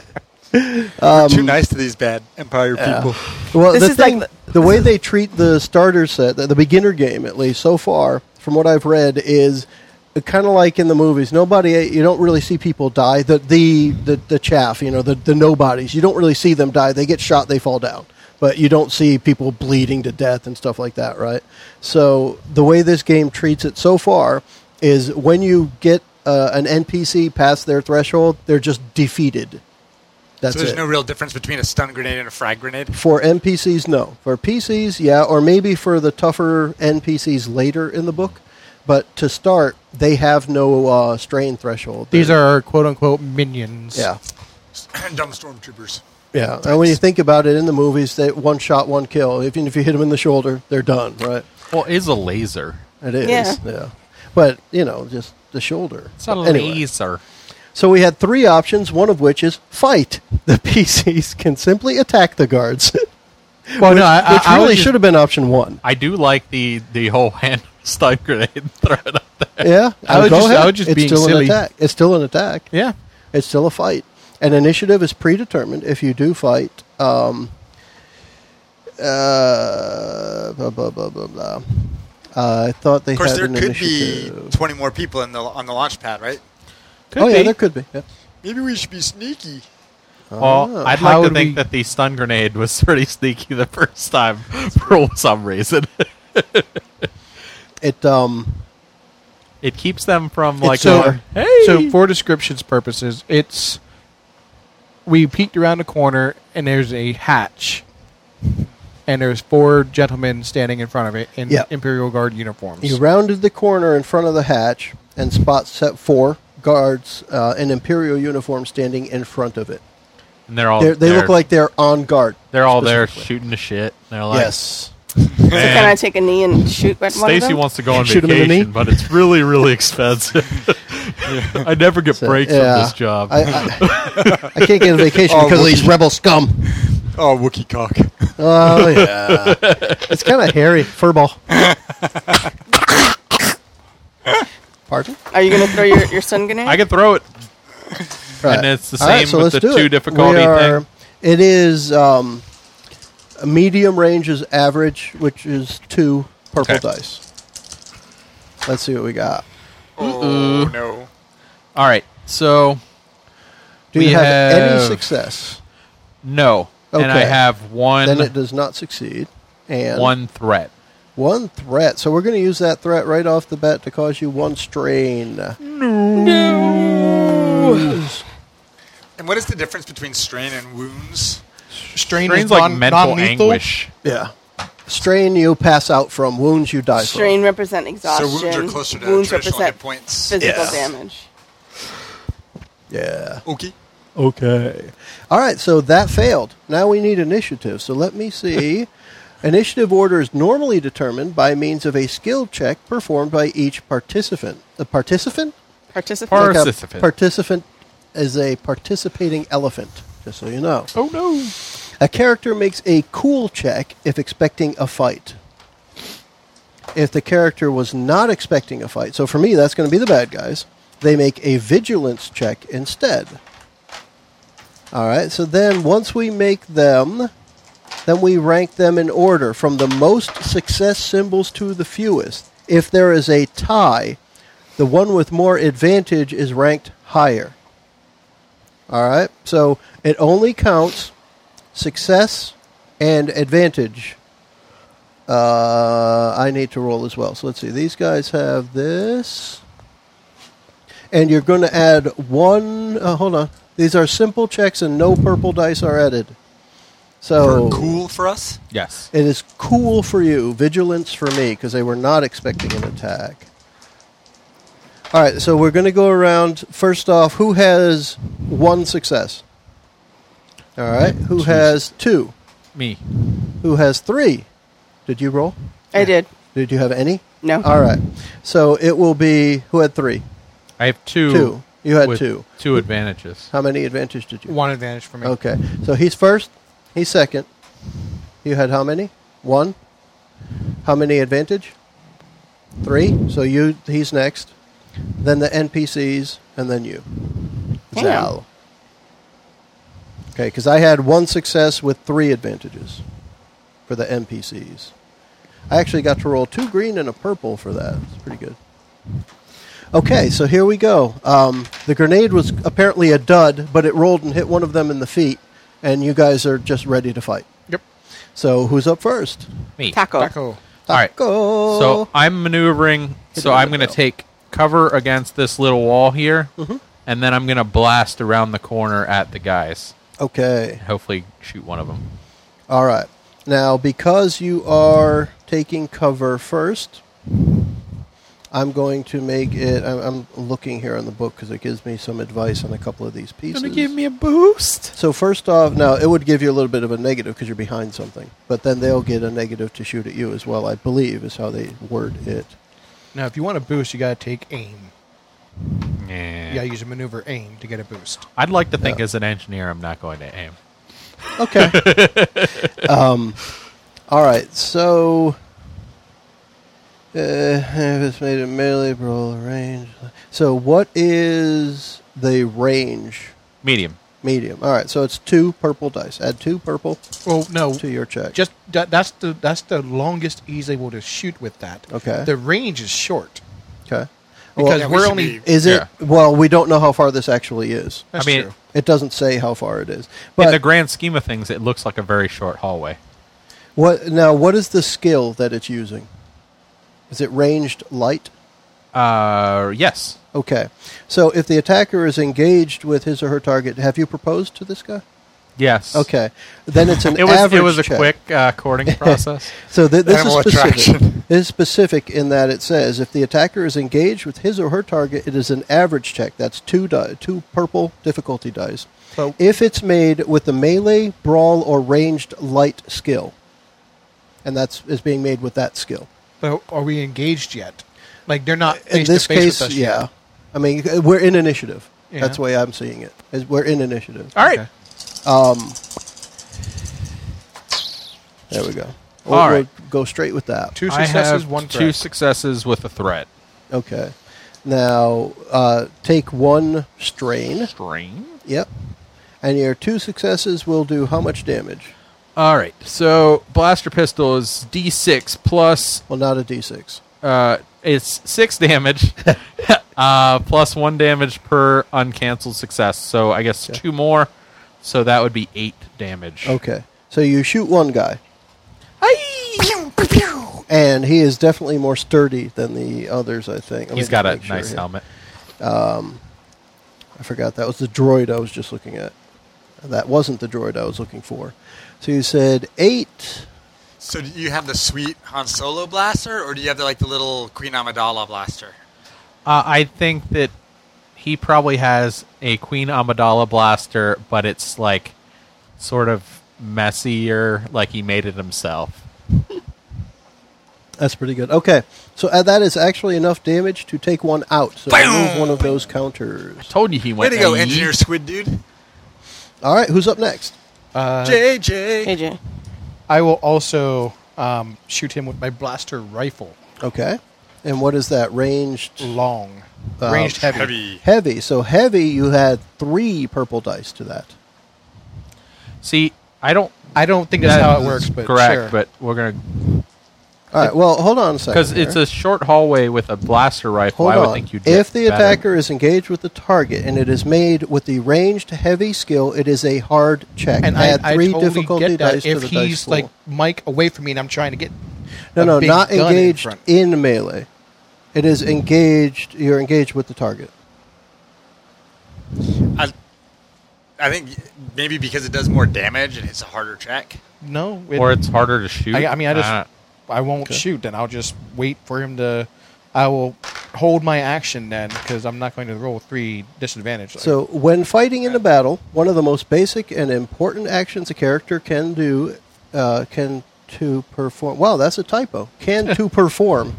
answer. Um, We're too nice to these bad Empire people. Well, This the is like thing- the- the, way they treat the starter set, the, the beginner game at least so far, from what I've read, is kind of like in the movies. Nobody, you don't really see people die. The the the, the chaff, you know, the, the nobodies. You don't really see them die. They get shot, they fall down, but you don't see people bleeding to death and stuff like that, right? So the way this game treats it so far is when you get uh, an NPC past their threshold, they're just defeated. That's So there's it. no real difference between a stun grenade and a frag grenade. For NPCs, no. For PCs, yeah, or maybe for the tougher NPCs later in the book. But to start, they have no uh, strain threshold. These are quote unquote minions. yeah, Dumb stormtroopers. yeah. And when you think about it, in the movies, that one shot, one kill. Even if you hit them in the shoulder, they're done. Right? Well, it is a laser. It is. Yeah. But you know, just the shoulder. It's a Anyway. laser. So we had three options. One of which is fight. The PCs can simply attack the guards, which Well, no, I, I- I really was just- should have been option one. I do like the the whole hand stun grenade throw it up there. Yeah, I was go just- I ahead. was just it's being still silly. an attack. It's still an attack. Yeah. It's still a fight. An initiative is predetermined if you do fight. Um, uh, blah, blah, blah, blah, blah. Uh, I thought they Of course, had there an could initiative. be 20 more people in the, on the launch pad, right? oh, yeah, there could be. Yeah. Maybe we should be sneaky. Oh. Well, I'd How like to do think we- that the stun grenade was pretty sneaky the first time for some reason. It, um, It keeps them from like so- going, hey. So for descriptions purposes, it's we peeked around a corner and there's a hatch, and there's four gentlemen standing in front of it in Yeah. Imperial Guard uniforms. you rounded the corner in front of the hatch and spot set four guards uh, in Imperial uniform standing in front of it. and they're all They're, they look Oh, they're- like they're on guard. they're all there specifically. shooting the shit. They're like, yes. so "Man, can I take a knee and shoot at one of Stacy them? wants to go on Shoot 'em in the knee? vacation, but it's really, really expensive. I never get So, breaks uh, yeah. from this job. I, I, I can't get a vacation Oh, because of Wookie. these rebel scum. Oh, Wookie cock. Oh yeah, it's kind of hairy furball. Pardon? Are you going to throw your, your sun grenade? I can throw it. Right. it's the All right, same so with let's the do two it. difficulty We are- thing? It is um, a medium range is average, which is two purple Okay. dice. Let's see what we got. Oh, no. All right. So Do We you have, any have- success? no, and I Okay. have one Then it does not succeed. And one threat. one threat. So we're going to use that threat right off the bat to cause you one strain. No. And what is the difference between strain and wounds? Strain Strains is like non- mental non-lethal. anguish. Yeah. Strain you pass out from, wounds you die Strain represent exhaustion. So wounds are closer to Wounds traditional represent hit points. physical Yeah. damage. from. Yeah. Okay. Okay. All right, so that failed. Now we need initiative. So let me see. Initiative order is normally determined by means of a skill check performed by each participant. A participant? Participant. Par- a Participant. participant is a participating elephant, just so you know. Oh no! A character makes a cool check if expecting a fight. If the character was not expecting a fight, so for me, that's going to be the bad guys, they make a vigilance check instead. All right, so then once we make them, then we rank them in order from the most success symbols to the fewest. If there is a tie, the one with more advantage is ranked higher. All right, so it only counts success and advantage. Uh, I need to roll as well. So let's see. These guys have this. And you're going to add one. Uh, hold on. These are simple checks and no purple dice are added. So cool for us. Yes. it is cool for you, vigilance for me, because they were not expecting an attack. All right, so we're going to go around. First off, who has one success? All right, who has two? Me. Who has three? Did you roll? I did. Did you have any? No. All right, so it will be who had three? I have two. Two. You had with two. Two advantages. How many advantage did you? One advantage for me. Okay, so he's first, he's second. You had how many? One. How many advantage? Three. So you, he's next. Then the NPCs, and then you. Damn. Zal. Okay, because I had one success with three advantages for the NPCs. I actually got to roll two green and a purple for that. It's pretty good. Okay, so here we go. Um, the grenade was apparently a dud, but it rolled and hit one of them in the feet, and you guys are just ready to fight. Yep. So who's up first? Me. Taco. Taco. All right. Go. So I'm maneuvering. So it I'm with going to the take cover against this little wall here, Mm-hmm. and then I'm going to blast around the corner at the guys. okay, Hopefully, shoot one of them. all right. Now because you are taking cover first, I'm going to make it. I'm, I'm looking here on the book because it gives me some advice on a couple of these pieces. me a boost. So first off, now it would give you a little bit of a negative because you're behind something, but then they'll get a negative to shoot at you as well. I believe is how they word it. Now, if you want a boost, you got to take aim. Yeah. You got to use a maneuver aim to get a boost. I'd like to think, as an engineer, I'm not going to aim. Okay. um, all right. So, uh, if it's made a melee roll range. So, what is the range? Medium. Medium. All right. So it's two purple dice. Add two purple Well, no, to your check. Uh, just that, that's the that's the longest he's able to shoot with that. Okay. The range is short okay. because Well, we we're should only. be- is it? Well, we don't know how far this actually is. That's I mean, true. It doesn't say how far it is. in the But grand scheme of things, it looks like a very short hallway. what now? What is the skill that it's using? Is it ranged light? Uh, yes. Okay. So if the attacker is engaged with his or her target, have you proposed to this guy? Yes. Okay. Then it's an It was average it was a check. quick uh, courting process. So th- this is Animal specific. attraction. It is specific in that it says if the attacker is engaged with his or her target, it is an average check. That's two di- two purple difficulty dice. So- if it's made with the melee, brawl, or ranged light skill, and that's is being made with that skill. But are we engaged yet? Like they're not in face this to face case, with us yeah. yet. I mean, we're in initiative. Yeah. That's the way I'm seeing it. Is we're in initiative. All right. Okay. There we go. We'll, All right. we'll go straight with that. Two I successes, have one two threat. successes with a threat. Okay. Now, uh, take one strain. Strain. Yep. And your two successes will do how much damage? All right. So blaster pistol is D6 plus Well, not a d6. uh, it's six damage, uh, plus one damage per uncancelled success. So I guess two more. So that would be eight damage. Okay. So you shoot one guy, Hi! and he is definitely more sturdy than the others, I think. Let me He's got a just make sure nice here. helmet. I forgot that was the droid I was just looking at. That wasn't the droid I was looking for. So you said eight. So do you have the sweet Han Solo blaster, or do you have the, like the little Queen Amidala blaster? Uh, I think that he probably has a Queen Amidala blaster, but it's like sort of messier, like he made it himself. That's pretty good. Okay, so uh, that is actually enough damage to take one out. So remove one of those counters. Told you he Way went. to go, E. "Ayy." Engineer Squid Dude. All right, who's up next? JJ. AJ. I will also um, shoot him with my blaster rifle. Okay, and what is that ranged? Long, Uh, ranged heavy. Heavy. Heavy. So heavy, you had three purple dice to that. See, I don't I don't think that's how it That's works, but correct. sure. But we're gonna All right. Well, hold on a second. because it's here. a short hallway with a blaster rifle. Hold I would on. think you'd. if get the better. attacker is engaged with the target and it is made with the ranged heavy skill, it is a hard check. and I, Add I three totally difficulty get that dice if to the dice he's pool. like Mike away from me and I'm trying to get no, a no, big not gun in engaged front. Hmm. in, melee. It is engaged. You're engaged with the target. I, I think maybe because it does more damage and it's a harder check. no, it- or it's harder to shoot. I, I mean, I just Uh, I won't shoot, then I'll just wait for him to. I will hold my action then because I'm not going to roll three disadvantage. Like, So, when fighting in a battle, one of the most basic and important actions a character can do uh, can to perform. Wow, that's a typo. Can to perform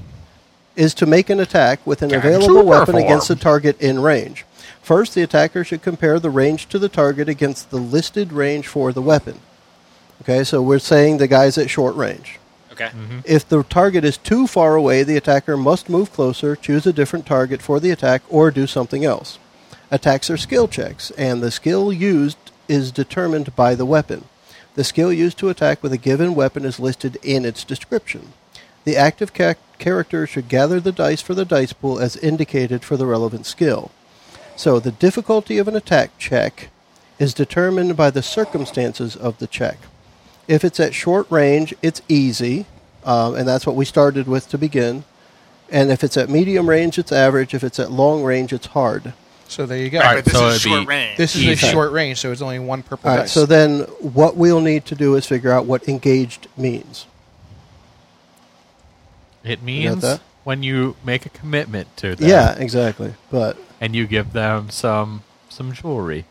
is to make an attack with an available weapon against the target in range. First, the attacker should compare the range to the target against the listed range for the weapon. Okay, so we're saying the guy's at short range. Okay. If the target is too far away, the attacker must move closer, choose a different target for the attack, or do something else. Attacks are skill checks, and the skill used is determined by the weapon. The skill used to attack with a given weapon is listed in its description. The active ca- character should gather the dice for the dice pool as indicated for the relevant skill. So the difficulty of an attack check is determined by the circumstances of the check. If it's at short range, it's easy, um, and that's what we started with to begin. And if it's at medium range, it's average. If it's at long range, it's hard. so there you go. Right, Alright, but this so is it'd short be- range. This is Easy. a short range, so it's only one purple All right. dice. So then, what we'll need to do is figure out what engaged means. it means that? when you make a commitment to them, Yeah, exactly. But and you give them some some jewelry.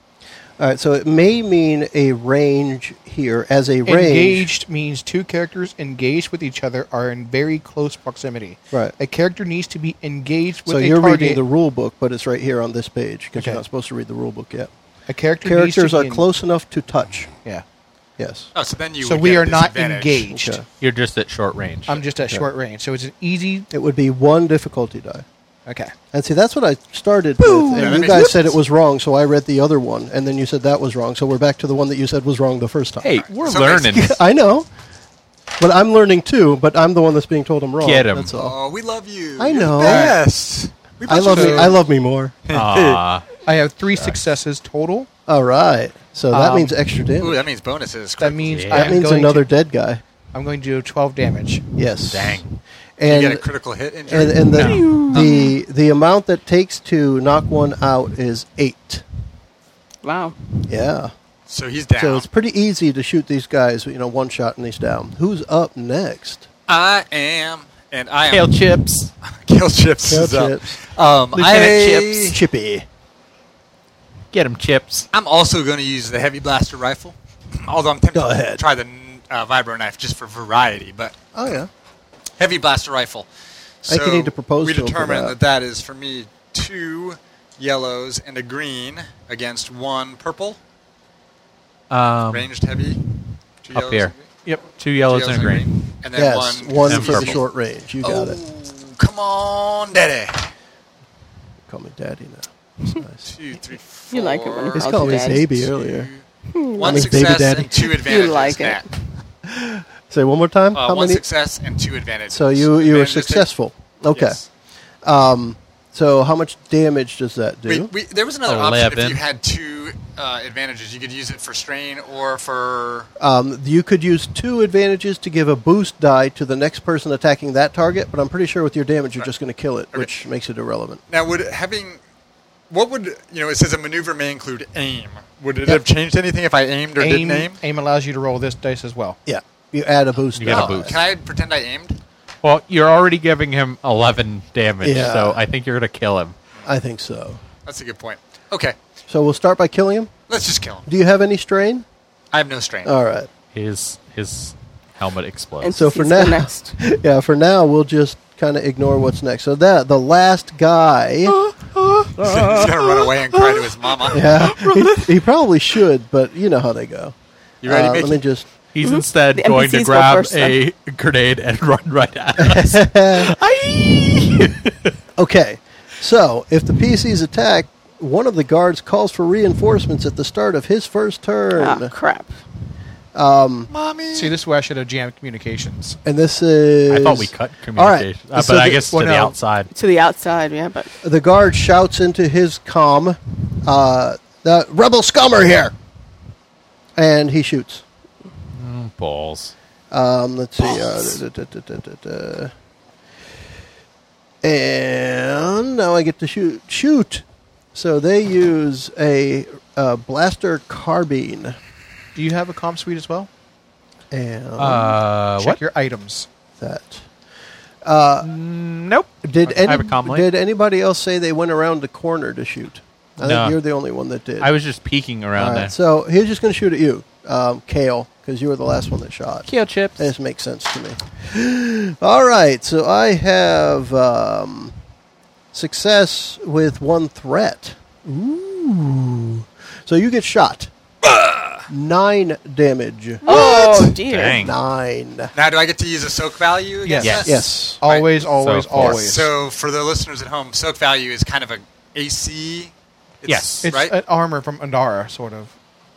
all right. So it may mean a range here as a range. Engaged means two characters engaged with each other are in very close proximity. Right. A character needs to be engaged with So a you're target. reading the rule book, but it's right here on this page because you're Okay. not supposed to read the rule book yet. a character needs to Characters be are in- close enough to touch. Yeah. Yes. Oh, so then you. So would we get a are not disadvantage. engaged. Okay. You're just at short range. I'm just at short range, so it's an easy. It would be one difficulty die. Okay. And see, that's what I started with, Yeah, and that you makes guys sense. said it was wrong, so I read the other one, and then you said that was wrong, so we're back to the one that you said was wrong the first time. hey, we're So it's- learning. I know, but I'm learning too. But I'm the one that's being told I'm wrong. Get 'em. That's all. Oh, we love you. I You're the know. best. We I brought love you me. to- I love me more. Ah, I have three successes total. All right. So that Um, means extra damage. Ooh, that means bonuses. That means Yeah. that I'm means going another To, dead guy. I'm going to do 12 damage. Yes. Dang. you get a And critical hit injury. and, and the, the the amount that takes to knock one out is eight. Wow. Yeah. so he's down. So it's pretty easy to shoot these guys. You know, one shot and he's down. Who's up next? I am, and I am. kale chips. Kale chips Kale is up. chips. Um, Lieutenant I, Chips. Chippy. Get him chips. I'm also going to use the heavy blaster rifle, although I'm tempted Go to ahead. try the n- uh, vibro knife just for variety. But Oh yeah. heavy blaster rifle. I think you need to propose We to him for determined that. that that is for me two yellows and a green against one purple Um, ranged heavy. Two yellows up here. and green- Yep. two two yellows and a green. and then Yes, one. one, and for the purple. short range. You got oh, it. come on, daddy! Call me daddy now. That's nice. Two, three, four. You like it when he He's I'll called do me that. baby earlier. One Like baby success daddy. and two advantages. like it. Matt. Say one more time. How Uh, one many? success and two advantages. So you you were Advantages take- successful. Okay. Yes. So how much damage does that do? Wait, wait, there was another option Eleven. if you had two uh, advantages. You could use it for strain or for. Um, you could use two advantages to give a boost die to the next person attacking that target, but I'm pretty sure with your damage you're just going to kill it, which makes it irrelevant. Now, would having. What would. You know, it says a maneuver may include aim. Would Yep. it have changed anything if I aimed or Aim, didn't aim? aim allows you to roll this dice as well. Yeah, you add a boost. You get a die. boost. Oh, Can I pretend I aimed? Well, you're already giving him 11 damage, Yeah. so I think you're going to kill him. I think so. That's a good point. Okay, So we'll start by killing him. let's just kill him. Do you have any strain? I have no strain. All right. His his helmet explodes. And So for she's now- the next. yeah, for now we'll just kind of ignore what's next. So that the last guy, He's gonna run away and cry to his mama. yeah, he, he probably should, but you know how they go. You ready, Uh, Mickey? let me just. He's instead The going to NPCs go grab first, a grenade and run right at us. Aye! Okay, so if the PCs attack, one of the guards calls for reinforcements at the start of his first turn, Oh, crap. Mommy. See, this is where I should have jammed communications. and this is. I thought we cut communication, uh, but so I the- guess well, to the no. outside. To the outside, yeah, but The guard shouts into his comm, uh, "The rebel scum are here," and he shoots. Balls. Um, let's see. Uh, da, da, da, da, da, da. And now I get to shoot. Shoot. So they use a, uh blaster carbine. Do you have a comm suite as well? And Uh, Check what? your items. that. Nope. Did I have any, a comm link? did anybody else say they went around the corner to shoot? I No. think you're the only one that did. I was just peeking All around right, there. So he was just going to shoot at you, um, Kale, because you were the last one that shot. Keo chips. This makes sense to me. All right, so I have um, success with one threat. Ooh. So you get shot. Nine damage. oh dear. Dang. Nine. Now, do I get to use a soak value? against Yes. that? Yes. Always, always, So, always. So, for the listeners at home, soak value is kind of a AC. It's, Yes. it's right. an armor from Andara, sort of.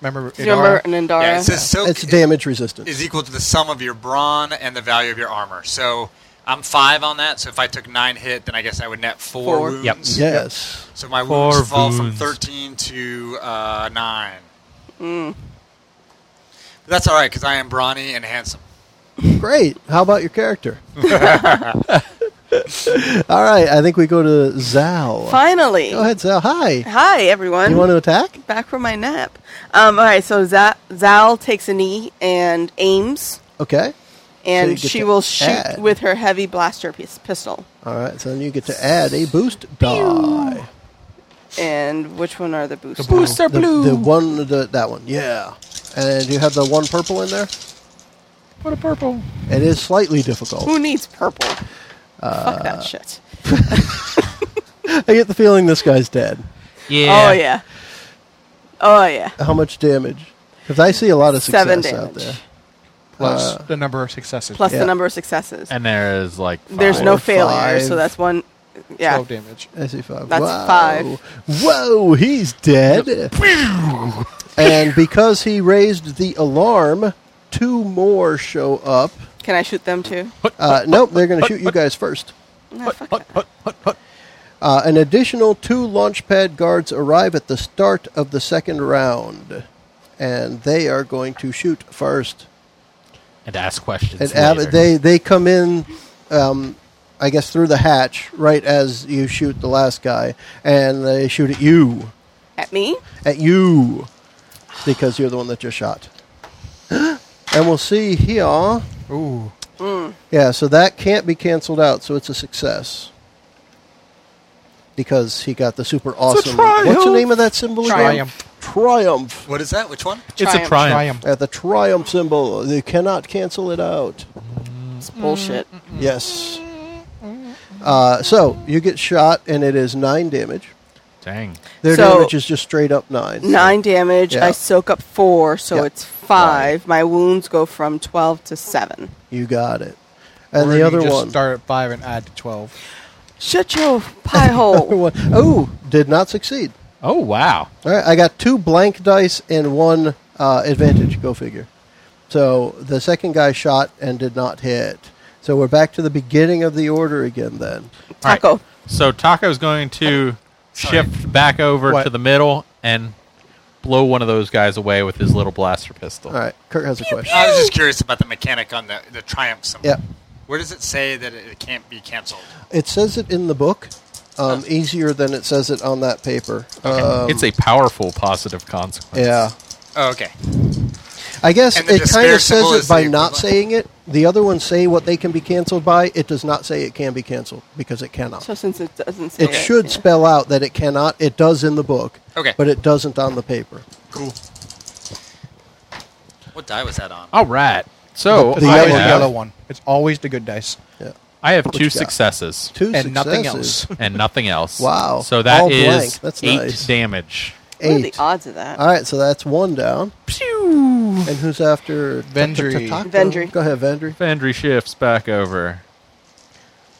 Remember? Do you remember Andara? Nandara? yeah, it says soak It's damage resistance. is equal to the sum of your brawn and the value of your armor. So, I'm five on that. So, if I took nine hit, then I guess I would net four, Four. wounds. Yep. Yes. So my Four wounds fall from wounds. 13 to uh, 9. But that's all right because I am brawny and handsome. Great. How about your character? All right, I think we go to Zal. Finally. Go ahead, Zal. Hi. Hi, everyone. You want to attack? Back from my nap. Um, all right, so Za- Zal takes a knee and aims, Okay. So you and get she to will shoot add. with her heavy blaster pis- pistol. All right, so then you get to add a boost die. And which one are the boosters? Booster The, the one, the, that one, yeah. And you have the one purple in there. What a purple. It is slightly difficult. Who needs purple? Fuck Uh, that shit. I get the feeling this guy's dead. Yeah. Oh yeah. Oh yeah. How much damage? Because I see a lot of success Seven out damage. there. plus uh, the number of successes. Plus Yeah. the number of successes. And there is like. Five. There's no Four, failure, so five. that's one. Yeah. twelve damage. I see five. That's Wow. five. Whoa, he's dead. and because he raised the alarm, two more show up. Can I shoot them too? Uh, nope, they're going to shoot you guys first. No, fuck that. Uh, an additional two launchpad guards arrive at the start of the second round, and they are going to shoot first. And ask questions. And Ab- later. they they come in, um, I guess through the hatch right as you shoot the last guy, and they shoot at you. At me? at you because you're the one that just shot. and we'll see here. Ooh, Yeah, so that can't be canceled out, so it's a success. Because he got the super awesome. What's the name of that symbol Triumph. again? Triumph. What is that? Which one? it's a Triumph. triumph. triumph. At the triumph symbol, they cannot cancel it out. It's bullshit. Yes. Uh, so you get shot, and it is nine damage. Dang. Their So- damage is just straight up nine. Nine damage. Yeah. I soak up four, so Yeah. it's five. My wounds go from twelve to seven. You got it. And Or the you other just one. Start at five and add to twelve. Shut your pie Number hole. one. Oh, did not succeed. Oh wow. All right, I got two blank dice and one uh, advantage. Go figure. So the second guy shot and did not hit. So we're back to the beginning of the order again. Then Taco. All right. So Taco's going to shift back over What? to the middle and blow one of those guys away with his little blaster pistol. all right, Kurt has a question. I was just curious about the mechanic on the, the triumph symbol. Yeah. Where does it say that it, it can't be canceled? It says it in the book, um, easier than it says it on that paper. Um, it's a powerful positive consequence. yeah. Oh, okay. I guess And the it kind despair of symbol says is it by the not equivalent. saying it. The other ones say what they can be canceled by. It does not say it can be canceled because it cannot. So since it doesn't say It should yeah. spell out that it cannot. It does in the book. Okay. But it doesn't on the paper. Cool. What die was that on? All right. So It's The I, always yellow the guy. yellow have, one. It's always the good dice. Yeah. I have two you got? successes Two And nothing successes. else. and nothing else. Wow. So that All is blank. That's eight nice. damage. What are the Eight. odds of that? All right, so that's one down. And who's after Vendry. Taco? Vendry. Go ahead, Vendry. Fendry shifts back over.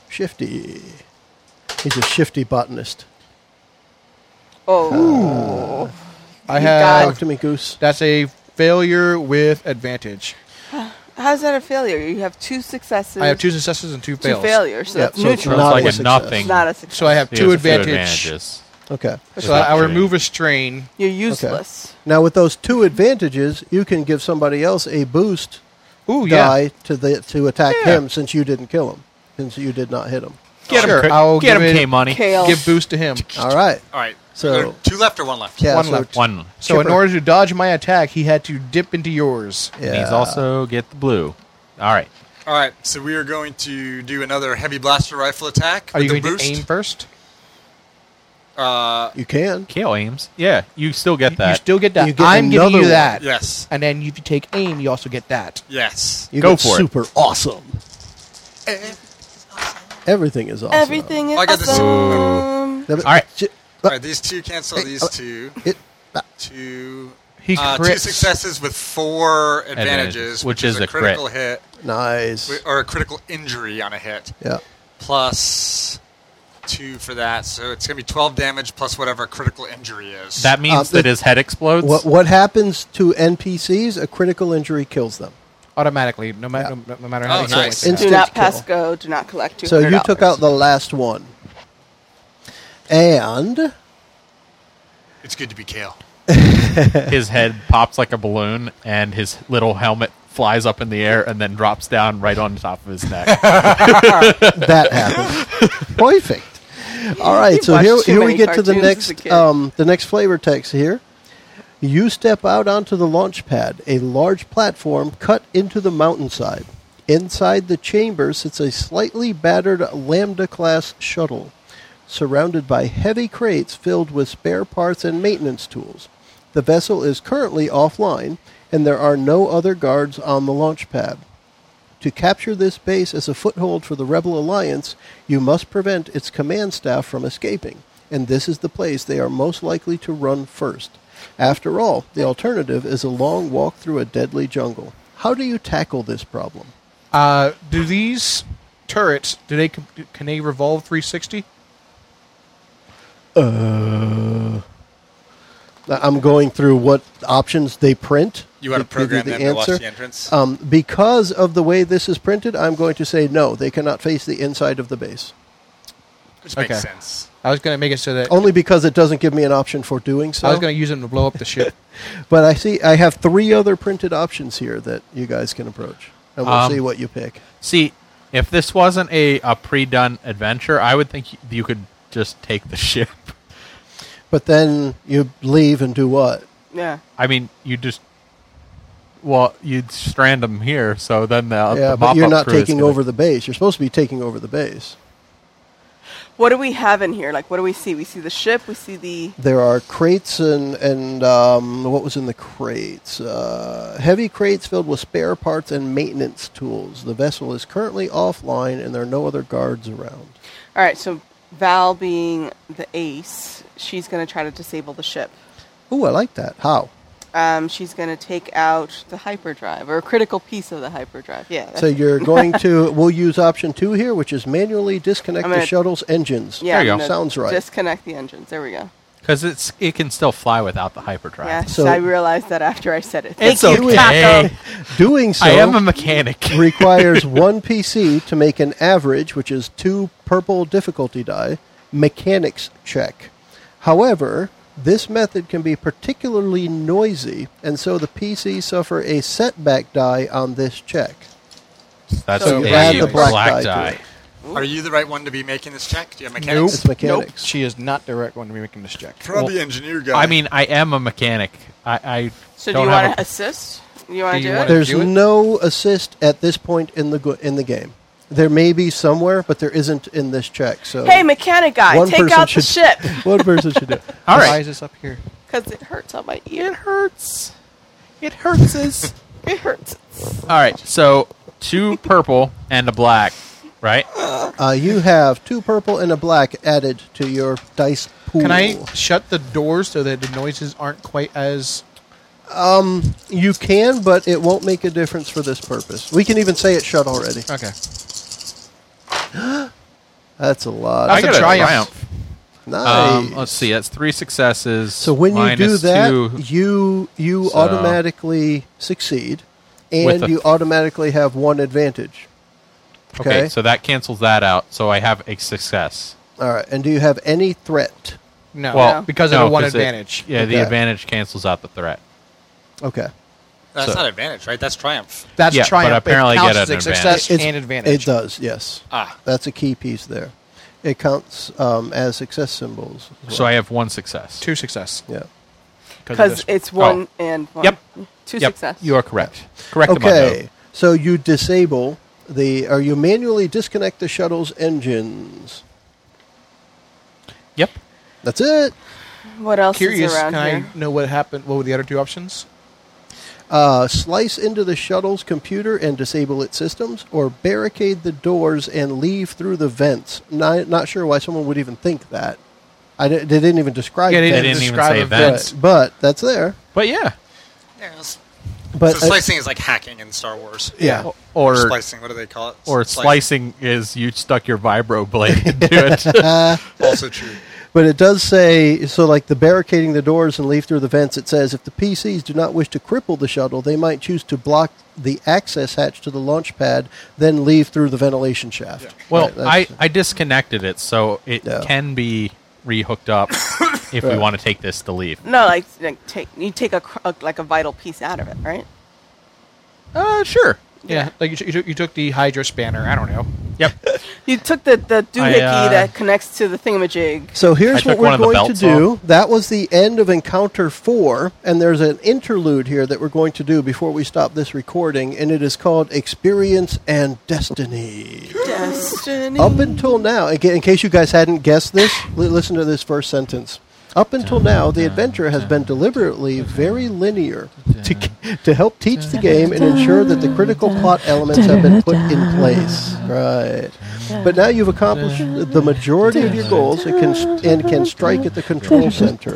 Shifty. He's a shifty botanist. oh, I You have. Talk to me, Goose. That's a failure with advantage. how's that a failure? You have two successes. I have two successes and two two fails. failures, so Yeah, that's so It's Not neutral. a like a success. nothing. It's not a success. So I have He two has a few advantages. advantages. Okay. So I, I Without remove a strain. You're useless. Now, with those two advantages, you can give somebody else a boost Ooh, yeah. die to the to attack Yeah. him since you didn't kill him, since you did not hit him. Get Sure, him, I'll get give him it- K money. Kale. Give boost to him. All right. All right. So- There are two left or one left? Yeah, One so left. One. So in Chipper. order to dodge my attack, he had to dip into yours. Yeah. And he's also get the blue. All right. All right. So we are going to do another heavy blaster rifle attack. Are with you the going boost. to aim first? Uh, you can. Kale aims. Yeah, you still get You that. still get that. You get I'm giving another you one. that. yes. And then if you take aim, you also get that. Yes. You Go get for it. super awesome. Everything is awesome. Everything is I got this. awesome. All All right. All right. These two cancel these two. Uh, It, uh, Two. He uh, two crits. successes with four advantages, Advantages, which, is, a crit. critical hit nice. wi- or a critical injury on a hit, Yeah. plus two for that. So it's going to be 12 damage plus whatever critical injury is. That means Uh, that it- his head explodes. What what happens to NPCs? A critical injury kills them. Automatically, no, ma- no, no matter how Oh, you nice. roll it. Instant Do not kill. pass go. Do not collect two. So you took out the last one. And it's good to be Kale. his head pops like a balloon, and his little helmet flies up in the air and then drops down right on top of his neck. that happened. Perfect. All right, You so watched here, too here we many get to the cartoons as a next kid. um, the next flavor text here. You step out onto the launch pad, a large platform cut into the mountainside. Inside the chamber sits a slightly battered Lambda class shuttle, surrounded by heavy crates filled with spare parts and maintenance tools. The vessel is currently offline, and there are no other guards on the launch pad. To capture this base as a foothold for the Rebel Alliance, you must prevent its command staff from escaping, and this is the place they are most likely to run first. After all, the alternative is a long walk through a deadly jungle. How do you tackle this problem? Uh, do these turrets? Do they com- do- can they revolve 360? Uh. I- I'm going through what options they print. You want to give program the them to watch the entrance? Um, because of the way this is printed, I'm going to say no, they cannot face the inside of the base. Which makes okay. sense. I was going to make it so that Only because it doesn't give me an option for doing Oh, so. I was going to use them to blow up the ship. But I see I have three other printed options here that you guys can approach, and we'll Um, see what you pick. See, if this wasn't a, a pre done adventure, I would think you, you could just take the ship. But then you leave and do what? Yeah. I mean, you just. Well, you'd strand them here, so then Uh, the, yeah, the but mop you're up not crew is taking gonna- over the base. You're supposed to be taking over the base. What do we have in here? Like, what do we see? We see the ship. We see the. There are crates and and um, what was in the crates? Uh, heavy crates filled with spare parts and maintenance tools. The vessel is currently offline, and there are no other guards around. All right. So Val, being the ace, she's going to try to disable the ship. Ooh, I like that. How? Um, she's going to take out the hyperdrive or a critical piece of the hyperdrive. Yeah. that's So it. you're going to we'll use option two here, which is manually disconnect I'm the gonna- shuttle's engines. yeah. There you I'm go. gonna Sounds right. Disconnect the engines. There we go. Because it's it can still fly without the hyperdrive. Yes, So- I realized that after I said it. It's Thank you, okay. Taco. Doing so, I am a mechanic. requires one PC to make an average, which is two purple difficulty die, mechanics check. However, this method can be particularly noisy, and so the PC suffer a setback die on this check. That's So a you add the black, black die. to die. it. Are you the right one to be making this check? Do you have Nope. mechanics? It's mechanics. She is not the right one to be making this check. Probably engineer guy. I mean, I am a mechanic. I, I So do don't you have want a- to assist? You want Do to you do wanna- it? There's do it? no assist at this point in the go- in the game. There may be somewhere, but there isn't in this check. So Hey, mechanic guy, One take person out the should- ship one person should do. it. All Why right. is this up here? because it hurts on my It ear. hurts. It hurts. It hurts. All right, so two purple and a black, right? Uh, you have two purple and a black added to your dice pool. Can I shut the doors so that the noises aren't quite as You can, but it won't make a difference for this purpose. We can even say it's shut already. okay? That's a lot. I That's triumph. got a triumph. nice. Um, let's see, that's three successes. so when you do minus that, two. you you So- automatically succeed, With and a- you automatically have one advantage. okay. okay. so that cancels that out. So I have a success. All right. And do you have any threat? Oh, No, Well, because of no, the one 'cause it- advantage. yeah, the Okay. advantage cancels out the threat. Okay. That's So- not advantage, right? That's triumph. That's Yeah, but triumph. apparently it counts I get as an a success It's- and advantage. It does. Yes. Ah, That's a key piece there. It counts um, as success symbols. as So well. I have one success. Two success. yeah. Because it's one Oh. and one. Yep. Two Yep, success. You are correct. Correct. Amando. Okay. So you disable the, or you manually disconnect the shuttle's engines. Yep. That's it. what else Curious, is around can I here? know what happened? What were the other two options? Uh, slice into the shuttle's computer and disable its systems, or barricade the doors and leave through the vents. Not, not sure why someone would even think that. I di- they didn't even describe Yeah, they They that. didn't didn't even describe say it, but- events. But, but that's there. But yeah. yeah. it's- But so slicing is like hacking in Star Wars. Yeah. Or slicing. What do they call it? or slicing is you stuck your vibro blade into it. uh, Also true. But it does say so, like the barricading the doors and leave through the vents. It says if the PCs do not wish to cripple the shuttle, they might choose to block the access hatch to the launch pad, then leave through the ventilation shaft. well, Right, that's- I, I disconnected it, so it Yeah. can be rehooked up if we Right. want to take this to leave. No, like, like take you take a, cr- a like a vital piece out of it, right? Uh, sure. Yeah, like you, t- you, took- you took the hydro spanner. I don't know. Yep. You took the the doohickey I, uh, that connects to the thingamajig. So I here's what took one we're of the going to belts do. That was the end of Encounter 4, and there's an interlude here that we're going to do before we stop this recording, and it is called Experience and Destiny. Destiny. Up until now, in ca- in case you guys hadn't guessed this, li- listen to this first sentence. Up until now, the adventure has been deliberately very linear to, c- to help teach the game and ensure that the critical plot elements have been put in place. Right. But now you've accomplished the majority of your goals and can, s- and can strike at the control center.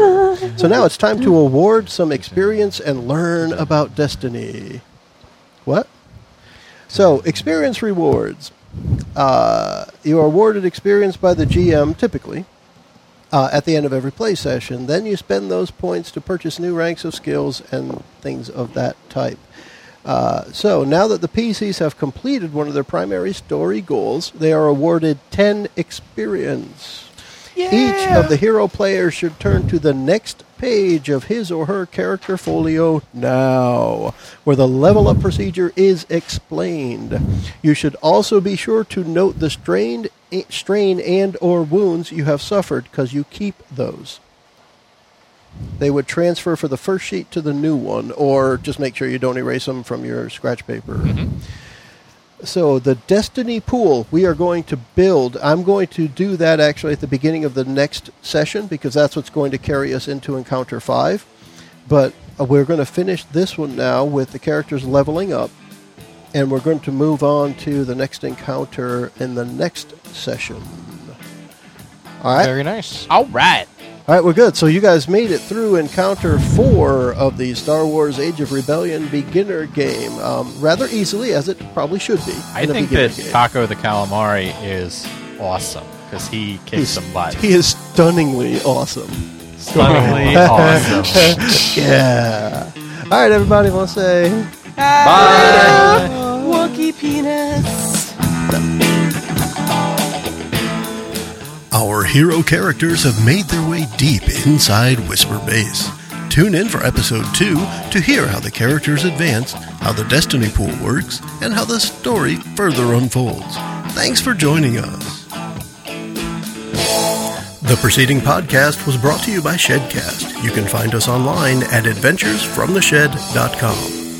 So now it's time to award some experience and learn about destiny. What? So, experience rewards. Uh, you are awarded experience by the GM, typically, uh, at the end of every play session. Then you spend those points to purchase new ranks of skills and things of that type. Uh, so, now that the PCs have completed one of their primary story goals, they are awarded 10 experience. Each of the hero players should turn to the next page of his or her character folio now, where the level up procedure is explained. You should also be sure to note the strained, eh, strain and or wounds you have suffered because you keep those. They would transfer for the first sheet to the new one, or just make sure you don't erase them from your scratch paper. So the Destiny pool we are going to build. I'm going to do that actually at the beginning of the next session because that's what's going to carry us into Encounter 5. But uh, we're going to finish this one now with the characters leveling up and we're going to move on to the next encounter in the next session. All right. Very nice. All right. All right, we're good. So you guys made it through Encounter 4 of the Star Wars Age of Rebellion beginner game um, rather easily, as it probably should be. I in a think beginner that game. Taco the Calamari is awesome because he kicks some butt. He is stunningly awesome. Stunningly awesome. Yeah. All right, everybody, want to say. Wookie penis. Our hero characters have made their way deep inside Whisper Base. Tune in for episode 2 to hear how the characters advance, how the Destiny Pool works, and how the story further unfolds. Thanks for joining us. The preceding podcast was brought to you by Shedcast. You can find us online at adventuresfromtheshed.com.